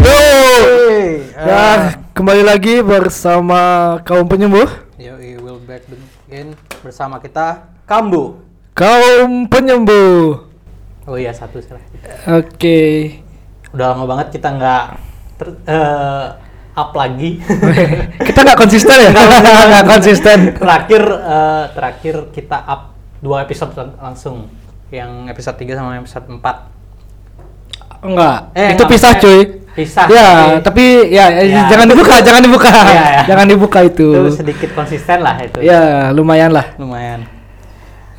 Ya, ah. Kembali lagi bersama kaum penyembuh. Yo, will back again bersama kita Kambu. Kaum penyembuh. Oh iya satu salah. Oke. Udah lama banget kita nggak ter- eh, up lagi. Kita nggak konsisten ya? Nggak konsisten. terakhir eh, terakhir kita up dua episode lang- langsung yang episode 3 sama episode 4 Enggak. Eh, Itu nggak, pisah eh, cuy. pisah, Ya, tapi- tapi ya, eh, Ya. jangan dibuka, jangan dibuka. Ya, ya. Jangan dibuka itu. itu sedikit konsisten lah itu Ya, lumayan lah. lumayan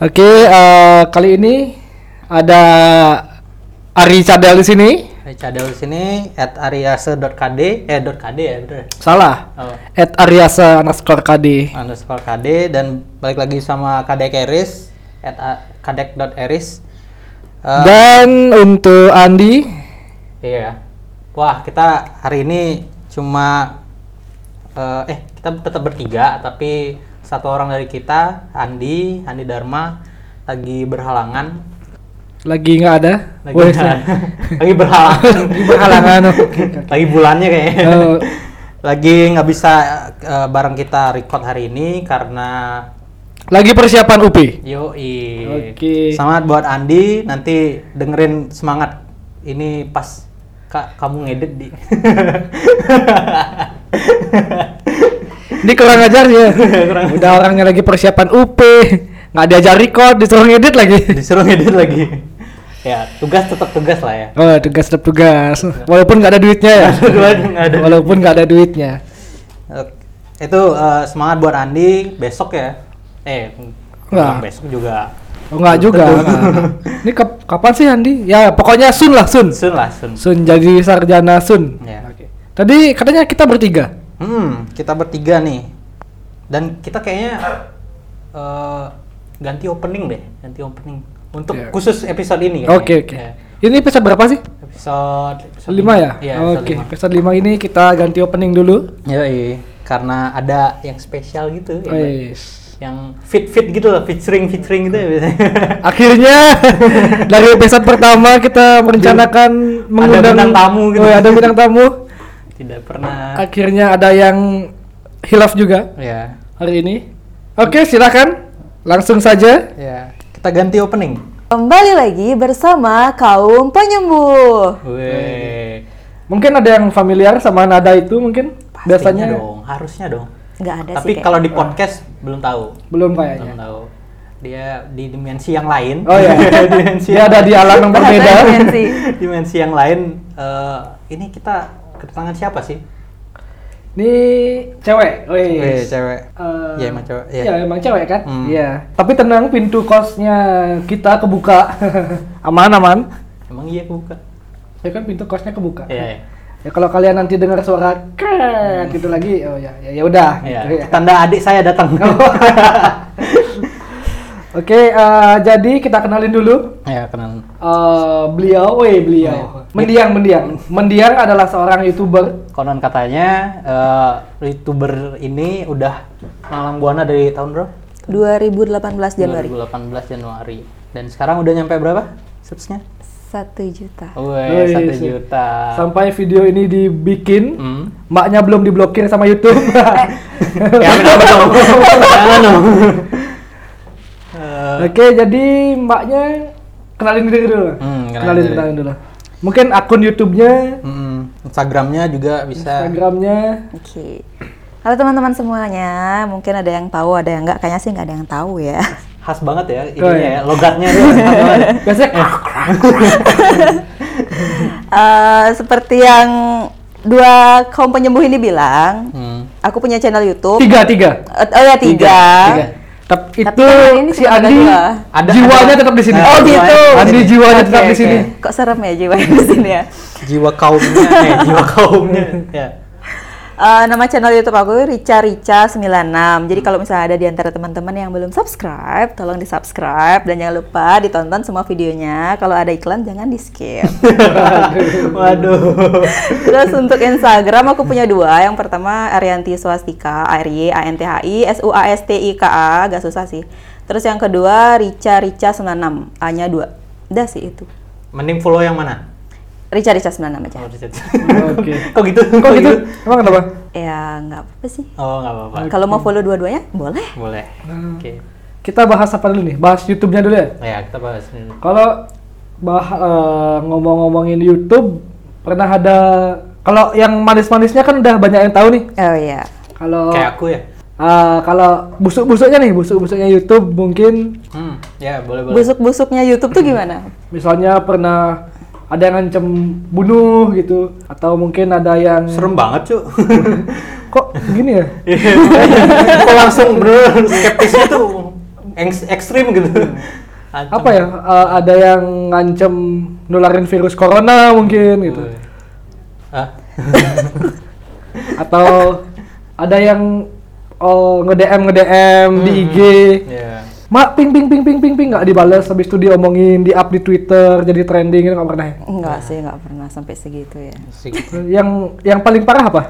Oke, eh, kali ini ada Ari Cadel di sini. Ada Cadel di sini at ariase.kd eh .kd ya bener Salah. oh. At Ariasa underscore KD. underscore KD dan balik lagi sama Kadek Eris at uh, a- kadek.eris Eh, Dan untuk Andi, iya wah kita hari ini cuma eh, eh kita tetap bertiga tapi satu orang dari kita Andi Andi Dharma lagi berhalangan lagi nggak ada. lagi, Weh, berhalangan. lagi berhalangan Lagi berhalangan, oke. lagi bulannya kayaknya Oh. lagi nggak bisa eh, bareng kita record hari ini karena lagi persiapan UP. Yoi. Oke. Semangat buat Andi. Nanti dengerin semangat ini pas kak kamu ngedit di. Ini kurang ajar ya. Udah orangnya lagi persiapan UP, nggak diajar record, disuruh ngedit lagi. Disuruh ngedit lagi. ya tugas tetap tugas lah ya. Oh, tugas tetap tugas. Walaupun nggak ada duitnya ya. Nggak ada. Walaupun nggak ada duitnya. Oke. Itu eh, semangat buat Andi besok ya. Eh Nggak. besok juga. Oh, nggak juga. Betul. nggak. Ini ke- kapan sih Andi? Ya pokoknya Sun lah Sun. Sun lah sun. Sun jadi sarjana Sun. Ya. Tadi katanya kita bertiga. Hmm kita bertiga nih. Dan kita kayaknya eh, ganti opening deh, ganti opening untuk Ya. khusus episode ini. kayaknya. Oke oke. Ya. Ini episode berapa sih? episode, episode 5 ya? Iya, Oke, episode episode 5 ini kita ganti opening dulu. 5. Yoi, karena ada yang spesial gitu ya, Bang. Wes. yang fit fit gitu loh featuring featuring gitu ya biasanya Akhirnya dari episode pertama kita merencanakan mengundang bintang tamu gitu. Nah. Oh, ada bintang tamu. tidak pernah Akhirnya ada yang hilaf juga ya hari ini. Oke, silakan. Langsung saja. ya kita ganti opening Kembali lagi bersama kaum penyembuh. Weh, Mungkin ada yang familiar sama nada itu mungkin pastinya biasanya dong harusnya dong Nggak ada tapi sih. kalau di podcast belum tahu belum belum kayaknya. tahu dia di dimensi yang lain Iya, Oh ya. dimensi Dia yang ada di alam yang Bahasa berbeda. dimensi. dimensi yang lain Eh, ini kita kedatangan siapa sih Ini cewek. Weh, Wes. cewek Eh, Iya, emang cewek, iya. Iya, emang cewek kan? Iya. Hmm. Tapi tenang, pintu kosnya kita kebuka. aman, aman. emang iya aku buka Ya kan pintu kosnya kebuka. Iya, iya. Ya kalau kalian nanti dengar suara kret gitu lagi, oh ya ya, ya udah. Iya, gitu ya. tanda adik saya Oh. datang. Oke, eh, jadi kita kenalin dulu. ya, kenal. Eh, beliau, weh beliau. Mendiang, mendiang. Mendiang adalah seorang youtuber. Konon katanya eh, youtuber ini udah malam buana dari tahun berapa? 2018 Januari 2018 Januari. Dan sekarang udah nyampe berapa subsnya? 1 juta. Wih, satu Wih, juta. Sampai video ini dibikin, Hmm. maknya belum diblokir sama YouTube. ya, kenapa dong? Jangan dong. Eh, Oke, jadi mbaknya kenalin diri dulu. Hmm, kenalin kenalin, diri. kenalin dulu. Mungkin akun YouTube-nya, mm, Instagramnya juga bisa. Instagram-nya. Oke. Halo teman-teman semuanya, mungkin ada yang tahu, ada yang nggak. Kayaknya sih nggak ada yang tahu ya. Khas banget ya, Oh, ininya iya. ya, logatnya tuh khas banget. Biasanya Eh, seperti yang dua kaum penyembuh ini bilang, Hmm. aku punya channel YouTube. tiga, tiga. Eh, oh ya tiga. Tiga. Tapi itu kan ini si cuma ada Andi, dua. Ada- jiwanya ada- tetap di sini. Nah, Oh, gitu. jiwanya- Andi jiwanya Oke, tetap di oke. sini. Kok serem ya jiwa di sini ya? jiwa kaumnya eh, jiwa kaumnya ya Eh, nama channel YouTube aku Rica Rica 96. Jadi kalau misalnya ada di antara teman-teman yang belum subscribe, tolong di subscribe dan jangan lupa ditonton semua videonya. Kalau ada iklan jangan di skip. waduh Terus untuk Instagram aku punya dua. Yang pertama Arianti Swastika, A R Y A N T H I S U A S T I K A, agak susah sih. Terus yang kedua Rica Rica 96, A-nya 2. Udah sih itu. mending follow yang mana Rica Rica 96 aja. Oh, Richard. Oke. Kok gitu? Kok gitu? Emang kenapa? Ya nggak apa-apa sih. Oh, nggak apa-apa. Kalau mau follow dua-duanya boleh. Boleh. Hmm. Oke. Kita bahas apa dulu nih? Bahas YouTube-nya dulu ya. Ya, kita bahas dulu. Kalau bah eh, ngomong-ngomongin YouTube, pernah ada kalau yang manis-manisnya kan udah banyak yang tahu nih. Oh iya. Kalau Kayak aku ya. eh, kalau busuk-busuknya nih, busuk-busuknya YouTube mungkin Hmm, ya boleh boleh. Busuk-busuknya YouTube tuh gimana? misalnya pernah ada yang ngancem bunuh gitu atau mungkin ada yang Serem banget, Cuk. kok gini ya? Kok langsung bener skeptisnya tuh eng- ekstrim gitu. Apa ya? eh, ada yang ngancem nularin virus corona mungkin gitu. Ah, Atau ada yang oh, nge-DM nge-DM di IG. ya. Mak ping ping ping ping ping ping nggak dibales habis itu diomongin di up di Twitter jadi trending itu nggak pernah ya? Enggak sih, nggak pernah sampai segitu ya. Sih. Yang yang paling parah apa?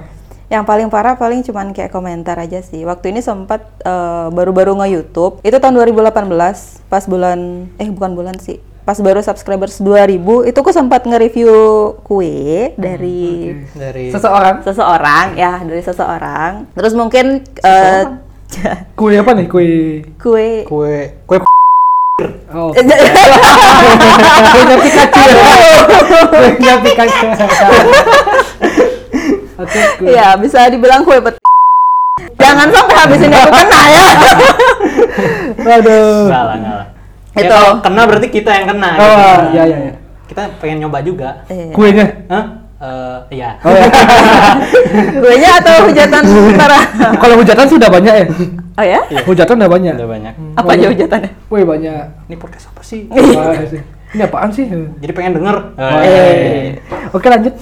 Yang paling parah paling cuman kayak komentar aja sih. Waktu ini sempat eh, baru-baru nge-YouTube. Itu tahun 2018 pas bulan eh bukan bulan sih. Pas baru subscribers 2000 itu aku sempat nge-review kue dari Dari Seseorang seseorang ya, dari seseorang. Terus mungkin eh, kue apa nih kue? kue kue kue Oh, Aduh. kuenya Pikachu. Kuenya Pikachu. Atau kue. Iya, bisa dibilang kue peti. Jangan sampai habis ini aku kena ya. Aduh. salah ngalah. Itu. Ya, kena berarti kita yang kena. Oh, gitu. iya, iya, iya. Kita pengen nyoba juga. Eh, Kuenya. Hah? Eh, iya. Oh ya. Kuenya atau hujatan parah? Kalau hujatan sudah banyak ya. Oh ya? Hujatan udah banyak. Iya. Udah banyak. Hmm. Apa aja hujatannya? Woi banyak. Ini podcast apa sih? Wah, sih. Ini apaan sih? Jadi pengen denger. iya. Eh. Oke lanjut.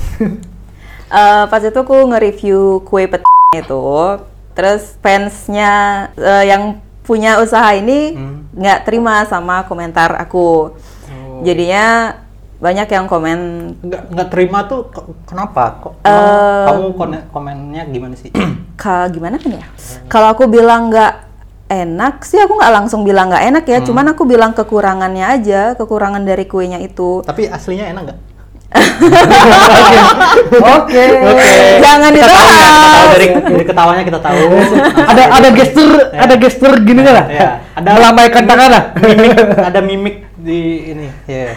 Eh, pas itu aku nge-review kue peti itu. Terus fansnya eh, yang punya usaha ini Hmm. Oh. nggak terima sama komentar aku. Jadinya banyak yang komen nggak nggak terima tuh ke- kenapa kok Eh. emang kamu kone- komennya gimana sih Ka, gimana kan ya? Kalau aku bilang nggak enak sih aku nggak langsung bilang nggak enak Hmm. ya, cuman aku bilang kekurangannya aja, kekurangan dari kuenya itu. tapi aslinya enak nggak Oke. Eh, Jangan kita tahu kan, kita tahu dibahas. dari, dari ketawanya kita tahu Eh, Nah, Ada ada gestur, ada gestur gini kan? Iya. Ada melambaikan tangan lah. ada mimik di ini ya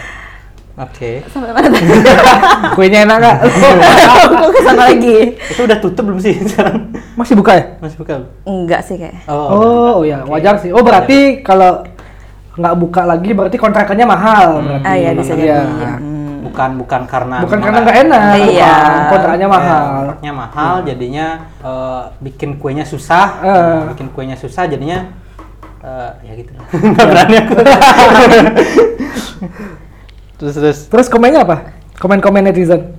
oke Sampai mana tadi? Kuenya enak nggak? Aku kesana lagi. itu udah tutup belum sih sekarang Masih buka ya? masih buka belum? Enggak sih kayak. Oh, ya wajar sih. Oh berarti kalau nggak buka lagi berarti kontrakannya mahal. berarti. Ah ya bisa jadi. Iya. Hmm. bukan bukan karena Bukan memang karena nggak enak, Iya. bukan. kontrakannya Iya, Hmm. mahal. kontraknya mahal jadinya eh, bikin kuenya susah Eh. bikin kuenya susah jadinya eh, ya gitu lah. nggak berani aku terus terus Terus komennya apa? Komen-komen netizen.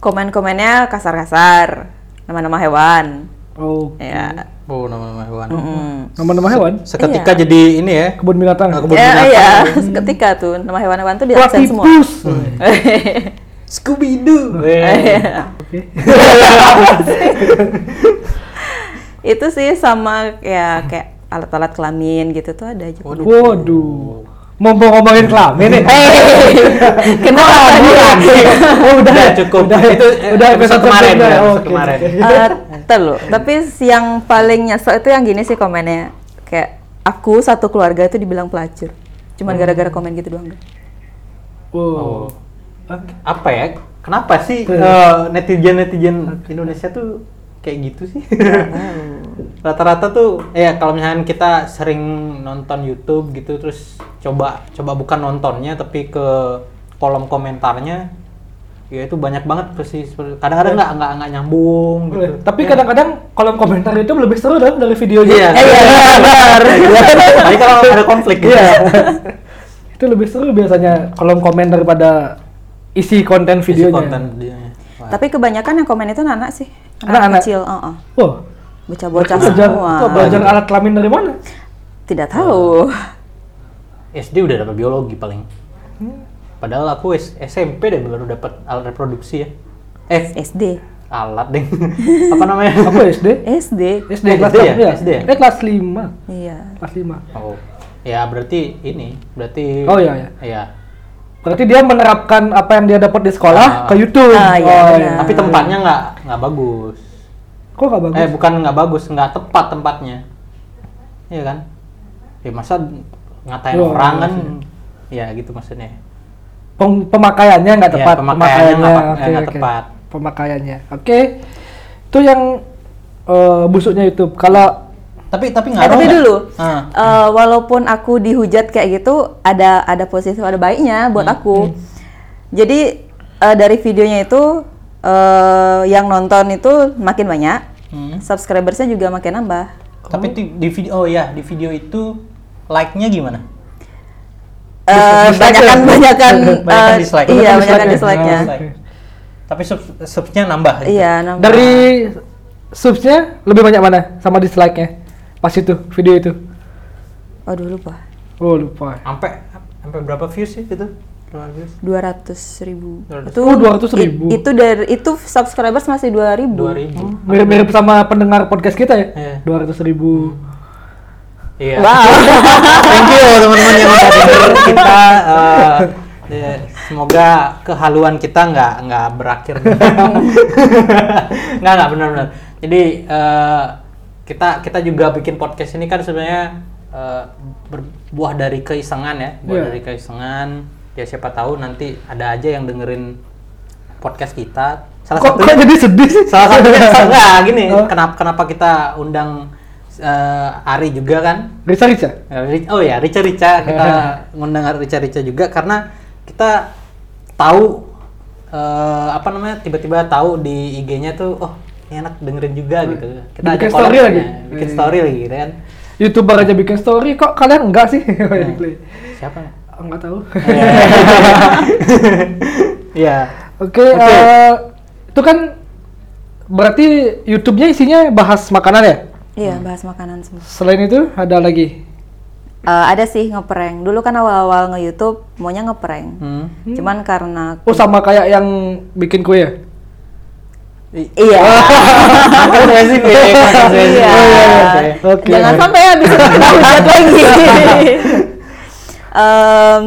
Komen-komennya kasar-kasar, nama-nama hewan. Oh. Ya. oh nama-nama hewan Hmm. Nama-nama hewan? seketika Iya. jadi ini ya Kebun binatang. Nah, kebun- Ya, binatang. iya, seketika tuh nama hewan-hewan tuh di Wah, absen semua. Hmm. Eh, tipus. Scooby Doo Iya. Oke. Itu sih sama ya kayak alat-alat kelamin gitu tuh ada juga. Waduh. Mau mau ngomongin kelamin nih. Eh, Eh, Kenapa tadi? Oh, udah, Udah ya? cukup. Udah, ya? Itu, eh, udah episode kemarin, sebelumnya. ya, episode Oke. kemarin. Eh, Telu. Tapi yang paling nyesel itu yang gini sih komennya. Kayak aku satu keluarga itu dibilang pelacur. Cuman gara-gara komen gitu doang. Oh. Wow. apa ya kenapa sih Hmm. eh, netizen netizen Indonesia tuh kayak gitu sih rata-rata tuh ya kalau misalnya kita sering nonton YouTube gitu terus coba coba bukan nontonnya tapi ke kolom komentarnya ya itu banyak banget persis kadang-kadang nggak nggak nggak nyambung gitu Eh, Tapi kadang-kadang kolom komentar itu lebih seru dong dari videonya. Iya. Eh, iya, benar. tapi kalau ada konflik gitu. Iya. itu lebih seru biasanya kolom komen daripada isi konten Isi videonya. konten videonya Wah. Tapi kebanyakan yang komen itu anak sih. Anak-anak? kecil, heeh. Wah, Bocah-bocah Oh, belajar, semua. kok belajar alat kelamin dari mana? Tidak tahu. SD udah dapat biologi paling. Padahal aku S- SMP deh baru dapat alat reproduksi ya. Eh, SD. alat deh. Apa namanya? Aku SD. SD. SD Eh, kelas SD ya? berapa ya? SD ya? Eh, kelas 5. Iya. Kelas 5. Oh. Ya berarti ini, berarti Oh, iya, iya. Iya. Berarti dia menerapkan apa yang dia dapat di sekolah Ah. ke YouTube. Ah, iya, Oh, benar. Tapi tempatnya nggak nggak bagus. Kok gak bagus? Eh bukan nggak bagus, nggak tepat tempatnya. Iya kan? Ya masa ngatain Wah, orang iya kan? sih. Ya gitu maksudnya. Pem- pemakaiannya nggak Iya, tepat. pemakaiannya nggak pa- oke, nggak oke. tepat. Pemakaiannya. Oke. Itu yang eh, busuknya YouTube. Kalau Tapi tapi Eh, nggak. tapi dulu, Ah. eh, walaupun aku dihujat kayak gitu, ada ada positif ada baiknya buat aku. Jadi eh, dari videonya itu eh, yang nonton itu makin banyak, Hmm. subscribersnya juga makin nambah. Tapi di, di video oh ya di video itu like-nya gimana? Eh Dislike-nya. banyakan banyakan Banyakan eh, dislike. Iya, Banyakan banyakan dislike-nya. dislike-nya. Oke. Iya. Tapi sub subnya nambah. gitu. Iya, nambah. dari subsnya lebih banyak mana sama dislike-nya? Pas itu video itu. Aduh lupa. Oh, lupa. Sampai sampai berapa views sih itu? Berapa views? dua ratus ribu 200.000. itu Oh, 200.000. i- itu dari itu subscribers masih dua ribu 2000. Oh. Mirip-mirip sama pendengar podcast kita Iya. ya? Dua ratus ribu. Iya. wow Thank you teman-teman yang udah denger kita. eh, ya, semoga kehaluan kita nggak nggak berakhir. nggak nggak benar-benar. Jadi eh, kita kita juga bikin podcast ini kan sebenarnya eh, berbuah dari keisengan ya, buah Iya. dari keisengan. Ya siapa tahu nanti ada aja yang dengerin podcast kita. Salah Kok, satunya- kok jadi sedih sih? salah satunya enggak gini Oh. kenapa kenapa kita undang eh, Ari juga kan Risa Risa. Eh, oh ya Rica Rica kita ngundang Rica Rica juga karena kita tahu eh, apa namanya tiba-tiba tahu di IG-nya tuh oh ini enak dengerin juga gitu Hmm. kita Bikin ajak story collab, lagi. Iya. ya, bikin story lagi gitu kan Youtuber aja bikin story kok kalian enggak sih? Iya. Nah, siapa ya? Enggak tahu. Iya. Oke, eh Oke. itu kan berarti YouTube-nya isinya bahas makanan ya? iya bahas makanan semua Selain itu ada lagi. Eh, ada sih ngeprank dulu kan awal-awal nge YouTube maunya ngeprank Hmm. cuman karena Oh sama kayak yang bikin kue ya? iya Makan spesifik, ya, makan spesifik. Iya. Oke. Oke. jangan sampai habis itu kita hujat lagi Em,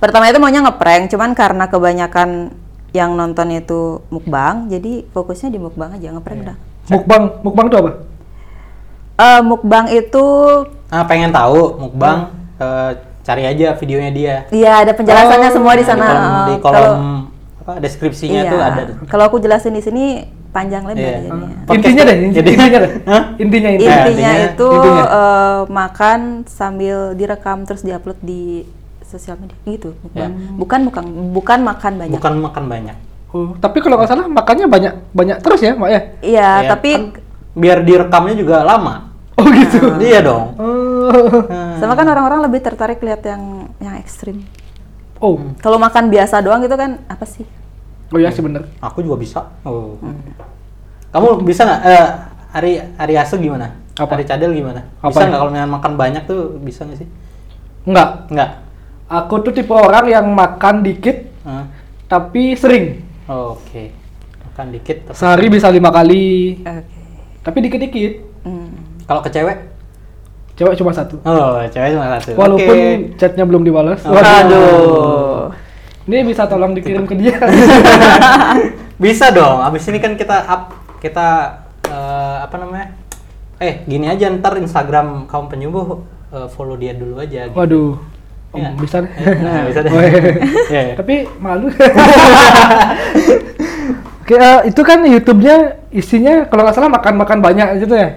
pertama itu maunya ngeprank cuman karena kebanyakan yang nonton itu mukbang jadi fokusnya di mukbang aja ngeprank dah Mukbang, mukbang itu apa? Eh, mukbang itu Ah, pengen tahu mukbang Hmm. eh, cari aja videonya dia. Iya, ada penjelasannya Oh, semua Di di sana. eh, kolom, di Kalau- kolom apa, deskripsinya iya. tuh ada. tuh. Kalau aku jelasin di sini panjang lebar Iya. jadinya. Podcast intinya tuh. deh, intinya, Jadi- intinya deh. Hah? Intinya intinya. Iya. Intinya intinya- itu intinya. eh, makan sambil direkam terus diupload di sosial media gitu. Iya. Bukan bukan bukan, bukan makan banyak. Bukan makan banyak. Oh, tapi kalau nggak salah makannya banyak banyak terus ya, Mak ya? Iya, Iya, tapi kan biar direkamnya juga lama. Oh gitu. Iya dong. Oh. Ah. Hmm. sama kan orang-orang lebih tertarik lihat yang yang ekstrim. Oh, Kalau makan biasa doang gitu kan apa sih? Hmm. oh ya sih bener. Ah, Aku juga bisa. Oh. Kamu bisa nggak? Eh, Ari Ari Asu gimana? Apa? Ari Cadel gimana? Bisa Apanya? nggak kalau misalnya makan banyak tuh bisa nggak sih? Enggak. Nggak. Aku tuh tipe orang yang makan dikit Hah? tapi sering. Oh, Oke. Makan dikit. tapi- Sehari bisa lima Hmm. kali. Oke. Tapi dikit-dikit. Hmm. Kalau ke cewek? Cewek cuma satu. Oh, cewek cuma satu. Walaupun Oke. chatnya belum dibalas. Aduh. Ini bisa tolong dikirim ke dia. Bisa dong. Abis ini kan kita up kita eh, apa namanya? Eh, gini aja ntar Instagram kaum penyembuh eh, follow dia dulu aja. gitu. Waduh. Oh, Iya. bisa deh. Iya, nah, bisa deh. Oh, iya. Iya, iya. Tapi malu. Oke, eh, itu kan YouTube-nya isinya kalau nggak salah makan-makan banyak gitu ya.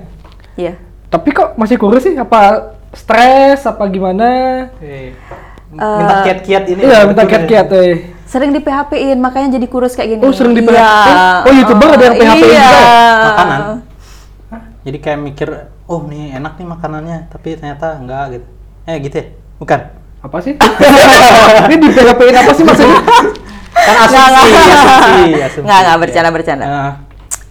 Iya. Tapi kok masih kurus sih? Apa stres? Apa gimana? Oke. Eh, Minta Eh, kiat-kiat ini. Iya, minta kiat-kiat. eh. Sering di PHP-in makanya jadi kurus kayak gini. Oh, sering di Iya. PHP-in? Oh, YouTuber ada yang PHP-in juga iya. ya? Makanan. Jadi kayak mikir, oh nih enak nih makanannya, tapi ternyata enggak gitu. Eh gitu ya? Bukan. Apa sih? Ini di PHP-in apa sih maksudnya? Kan asumsi, asumsi, asumsi. Nggak, nggak, bercanda-bercanda. Eh,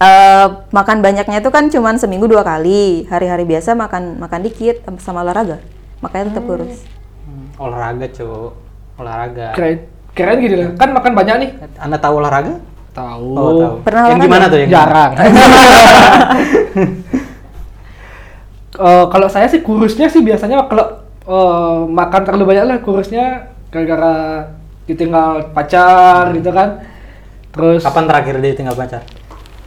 Eh, makan banyaknya itu kan cuman seminggu dua kali. Hari-hari biasa makan makan dikit sama olahraga. Makanya tetap kurus. hmm, olahraga, Cuk. Olahraga. Keren. Keren gini lah. Kan makan banyak nih. Anda tahu olahraga? Tahu. Pernah Oh, yang olahraga? gimana tuh yang gimana? Jarang. Eh, kalau saya sih kurusnya sih biasanya kalau eh, makan terlalu banyak lah kurusnya gara-gara ditinggal pacar gitu kan terus Kapan terakhir dia tinggal pacar?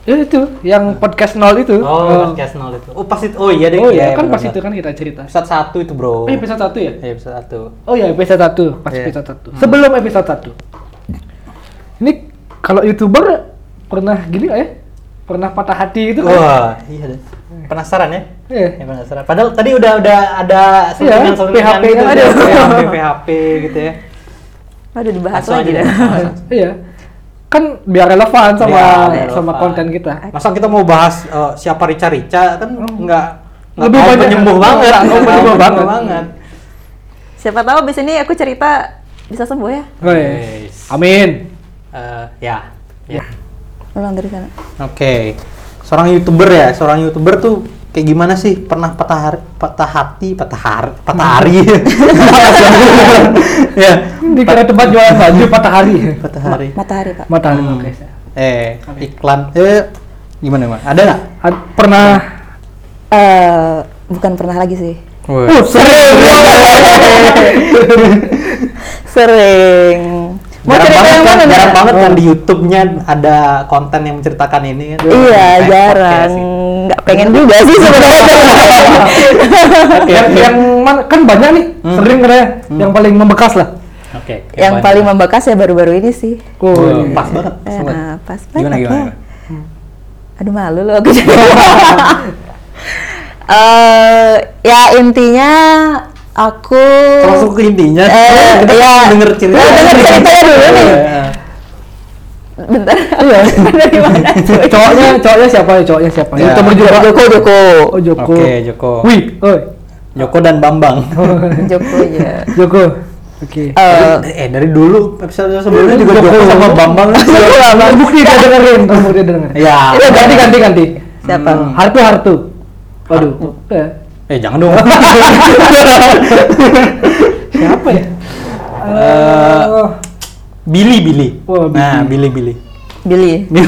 ya itu yang podcast nol itu Oh, podcast nol itu. Oh, pas itu. Oh iya deh. Eh. Oh iya, kan benar, pas itu benar. kan kita cerita Episode satu itu, oh Bro. episode satu ya Iya, episode satu. oh iya episode satu pas Iya. episode satu sebelum episode satu ini kalau youtuber pernah gini nggak ya pernah patah hati gitu kan Wah, iya deh. Penasaran ya? Iya. Ya, penasaran. Padahal tadi udah udah ada selingan-selingan PHP gitu, kan ada. PHP, PHP gitu ya. Hmm. Aduh dibahas Langsung lagi aja dah. deh. iya kan biar relevan sama Biar sama relevan. konten kita Masa kita mau bahas eh, siapa Rica Rica kan nggak nggak Oh. Lebih mau banyak. penyembuh banget, Nggak mau penyembuh Nggak mau banget. Siapa tahu abis ini aku cerita bisa sembuh ya. Oh, iya. Yes. amin Eh, ya. ya. Ulang dari sana. Oke. Seorang YouTuber ya, seorang YouTuber tuh kayak gimana sih? Pernah patah hari, patah hati, patah hari, patah hari. ya, dikira tempat jualan baju patah hari patah hari. Matahari pak. matahari Hmm. oke. Eh, iklan. Eh, gimana, Mas? Ada nggak? Ad- pernah Eh bukan pernah lagi sih. uh, sering Sering. Mau jarang cerita banget, kan, yang mana nih? jarang Kak? banget kan di YouTube-nya ada konten yang menceritakan ini kan. Iya Kayak jarang. podcast gitu. Nggak pengen juga sih sebenarnya. Oke, yang, oke. Hmm. yang mana kan banyak nih sering kan ya yang paling membekas lah Oke, oke, yang banyak. paling membekas ya baru-baru ini sih. oh, Oh, iya. pas banget. Eh, pas banget. eh, pas Gimana, banget gimana? ya. Aduh malu loh aku Eh, ya intinya aku Langsung ke intinya. Eh, kita iya. denger cerita. Kita denger ceritanya dulu nih. Iya. bentar. Iya. Dari mana? cuy? cowoknya cowoknya siapa ya cowoknya siapa Ya. youtuber juga Joko Joko. oh Joko Oke, Joko. wih oi Joko dan Bambang. Joko ya. Joko Ah, oke Hmm. Eh, eh dari dulu episode sebelumnya juga Joko Iya, sama Bambang. bukti dia dengerin bukti dia dengerin Ya. Udah, ganti ganti ganti siapa? Hmm. Hartu Hartu waduh Hartu. Eh, Eh, jangan dong. siapa ya Eh, Oh. Billy, Billy. Wah, Oh, Billy. Nah, Billy, Billy. Billy.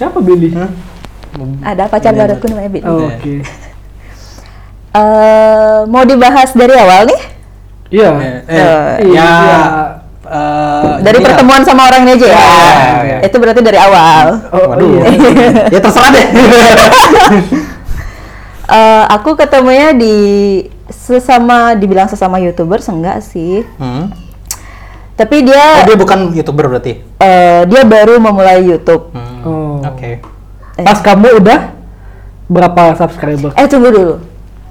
siapa Billy Hah? Ada pacar baruku namanya Billy. Oh, Iya. oke Eh, mau dibahas dari awal nih? iya Eh, Eh, eh, ya. iya. eh, Oh, Dari jadi ya. pertemuan sama orang ini aja ya. Ya, ya. Iya. Itu berarti dari awal. Oh, Waduh. iya. ya terserah deh. Eh, aku ketemunya di sesama dibilang sesama youtuber enggak sih hmm. tapi Oh, dia dia bukan youtuber berarti. eh, dia baru memulai YouTube Hmm. Oh. Oke. Eh. Pas kamu udah berapa subscriber? eh tunggu dulu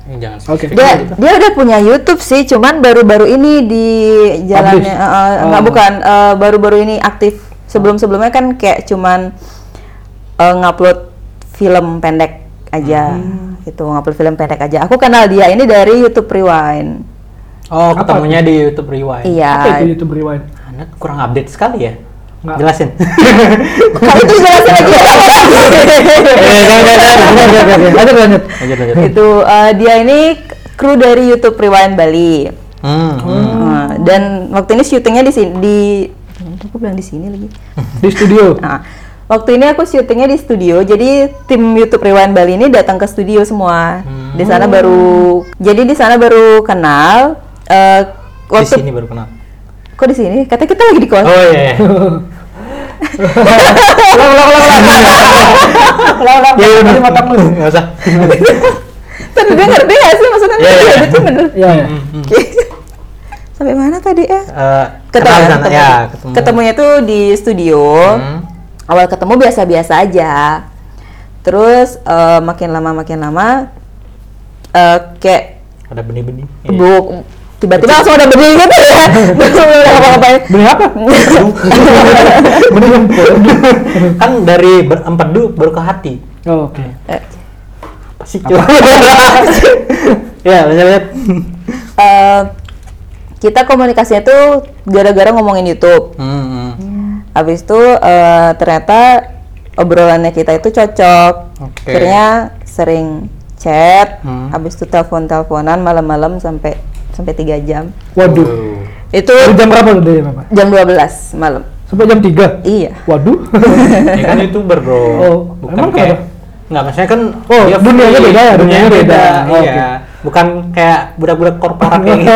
Ini Jangan. Oke. dia dia udah punya YouTube sih cuman baru-baru ini di jalannya eh, eh, enggak Oh. bukan eh, baru-baru ini aktif sebelum-sebelumnya kan kayak cuman eh, ngupload film pendek aja gitu ngupload film pendek aja aku kenal dia ini dari YouTube Rewind Oh, ketemunya di YouTube Rewind. Apa iya itu YouTube Rewind? Anda kurang update sekali ya. Nggak. Jelasin. kalau itu jelasin lagi Lanjut lanjut. lanjut, lanjut. itu eh, dia ini kru dari YouTube Rewind Bali Hmm. Nah, dan waktu ini syutingnya di sini di aku bilang di sini lagi Di studio. nah, waktu ini aku syutingnya di studio jadi tim YouTube Rewind Bali ini datang ke studio semua di sana Hmm. baru jadi di sana baru kenal eh, Di waktu sini baru kenal. kok di sini kata kita lagi di kos Oh iya. Ulang ulang ulang. Ulang ulang. Iya, Tadi udah. matang lu. Iya, Nggak usah. tapi dia ngerti nggak sih maksudnya Iya, iya. itu bener Iya. iya. sampai mana tadi ya hmm, Eh, ketemu, kenal di sana ketemu. ya, ketemu. ketemunya tuh di studio Hmm. awal ketemu biasa-biasa aja terus eh, makin lama makin lama eh, kayak Ada benih-benih. Iya. bu tiba-tiba langsung ada benih gitu ya belum apa-apain Benih apa? Benih yang kan dari ber- empedu baru ke hati. Oh, Oke. Eh, Apa sih? Ya, lanjut lanjut. eh, kita komunikasinya tuh gara-gara ngomongin YouTube Hmm, hmm. habis itu eh, ternyata obrolannya kita itu cocok Oke. akhirnya sering chat Hmm. habis itu telepon-teleponan malam-malam sampai sampai tiga jam Waduh. itu Dari jam berapa lu dari jam berapa? jam 12 malam Sampai jam 3. iya Waduh. Ya kan youtuber bro. Oh, bukan emang kenapa? kayak nggak maksudnya kan Oh, dia dunianya free. beda ya, dunianya dunianya beda, beda. Oh, iya bukan kayak budak-budak korporat kayak gitu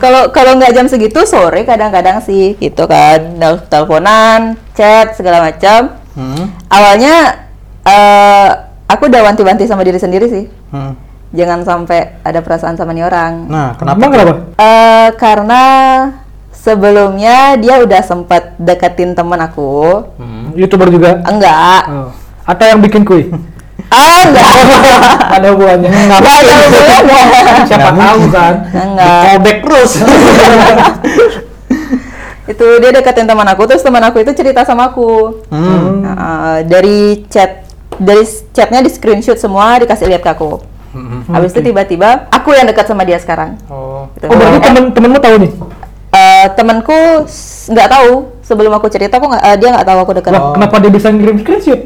Kalau kalau nggak jam segitu sore kadang-kadang sih gitu kan. Nel- Teleponan, chat segala macam. Hmm. Awalnya eh, aku udah wanti-wanti sama diri sendiri sih. Hmm. Jangan sampai ada perasaan sama nih orang. Nah, kenapa? Emang kenapa? Eh, karena sebelumnya dia udah sempat deketin temen aku. Hmm. Youtuber juga. Enggak. Oh. Atau yang bikin kue? Ah, enggak. Ada hubungannya. Enggak Enggak ada hubungannya. Siapa Nggak tahu mungkin. kan? Nggak. Callback terus. itu dia deketin teman aku terus teman aku itu cerita sama aku Hmm. Nah, eh, dari chat dari s- chatnya di screenshot semua dikasih lihat ke aku Hmm. habis itu tiba-tiba aku yang dekat sama dia sekarang Oh. Gitu. Oh berarti temen temenmu tahu nih? Eh, temanku s- nggak tahu sebelum aku cerita aku nggak- eh, dia nggak tahu aku dekat Lah, kenapa dia bisa ngirim screenshot?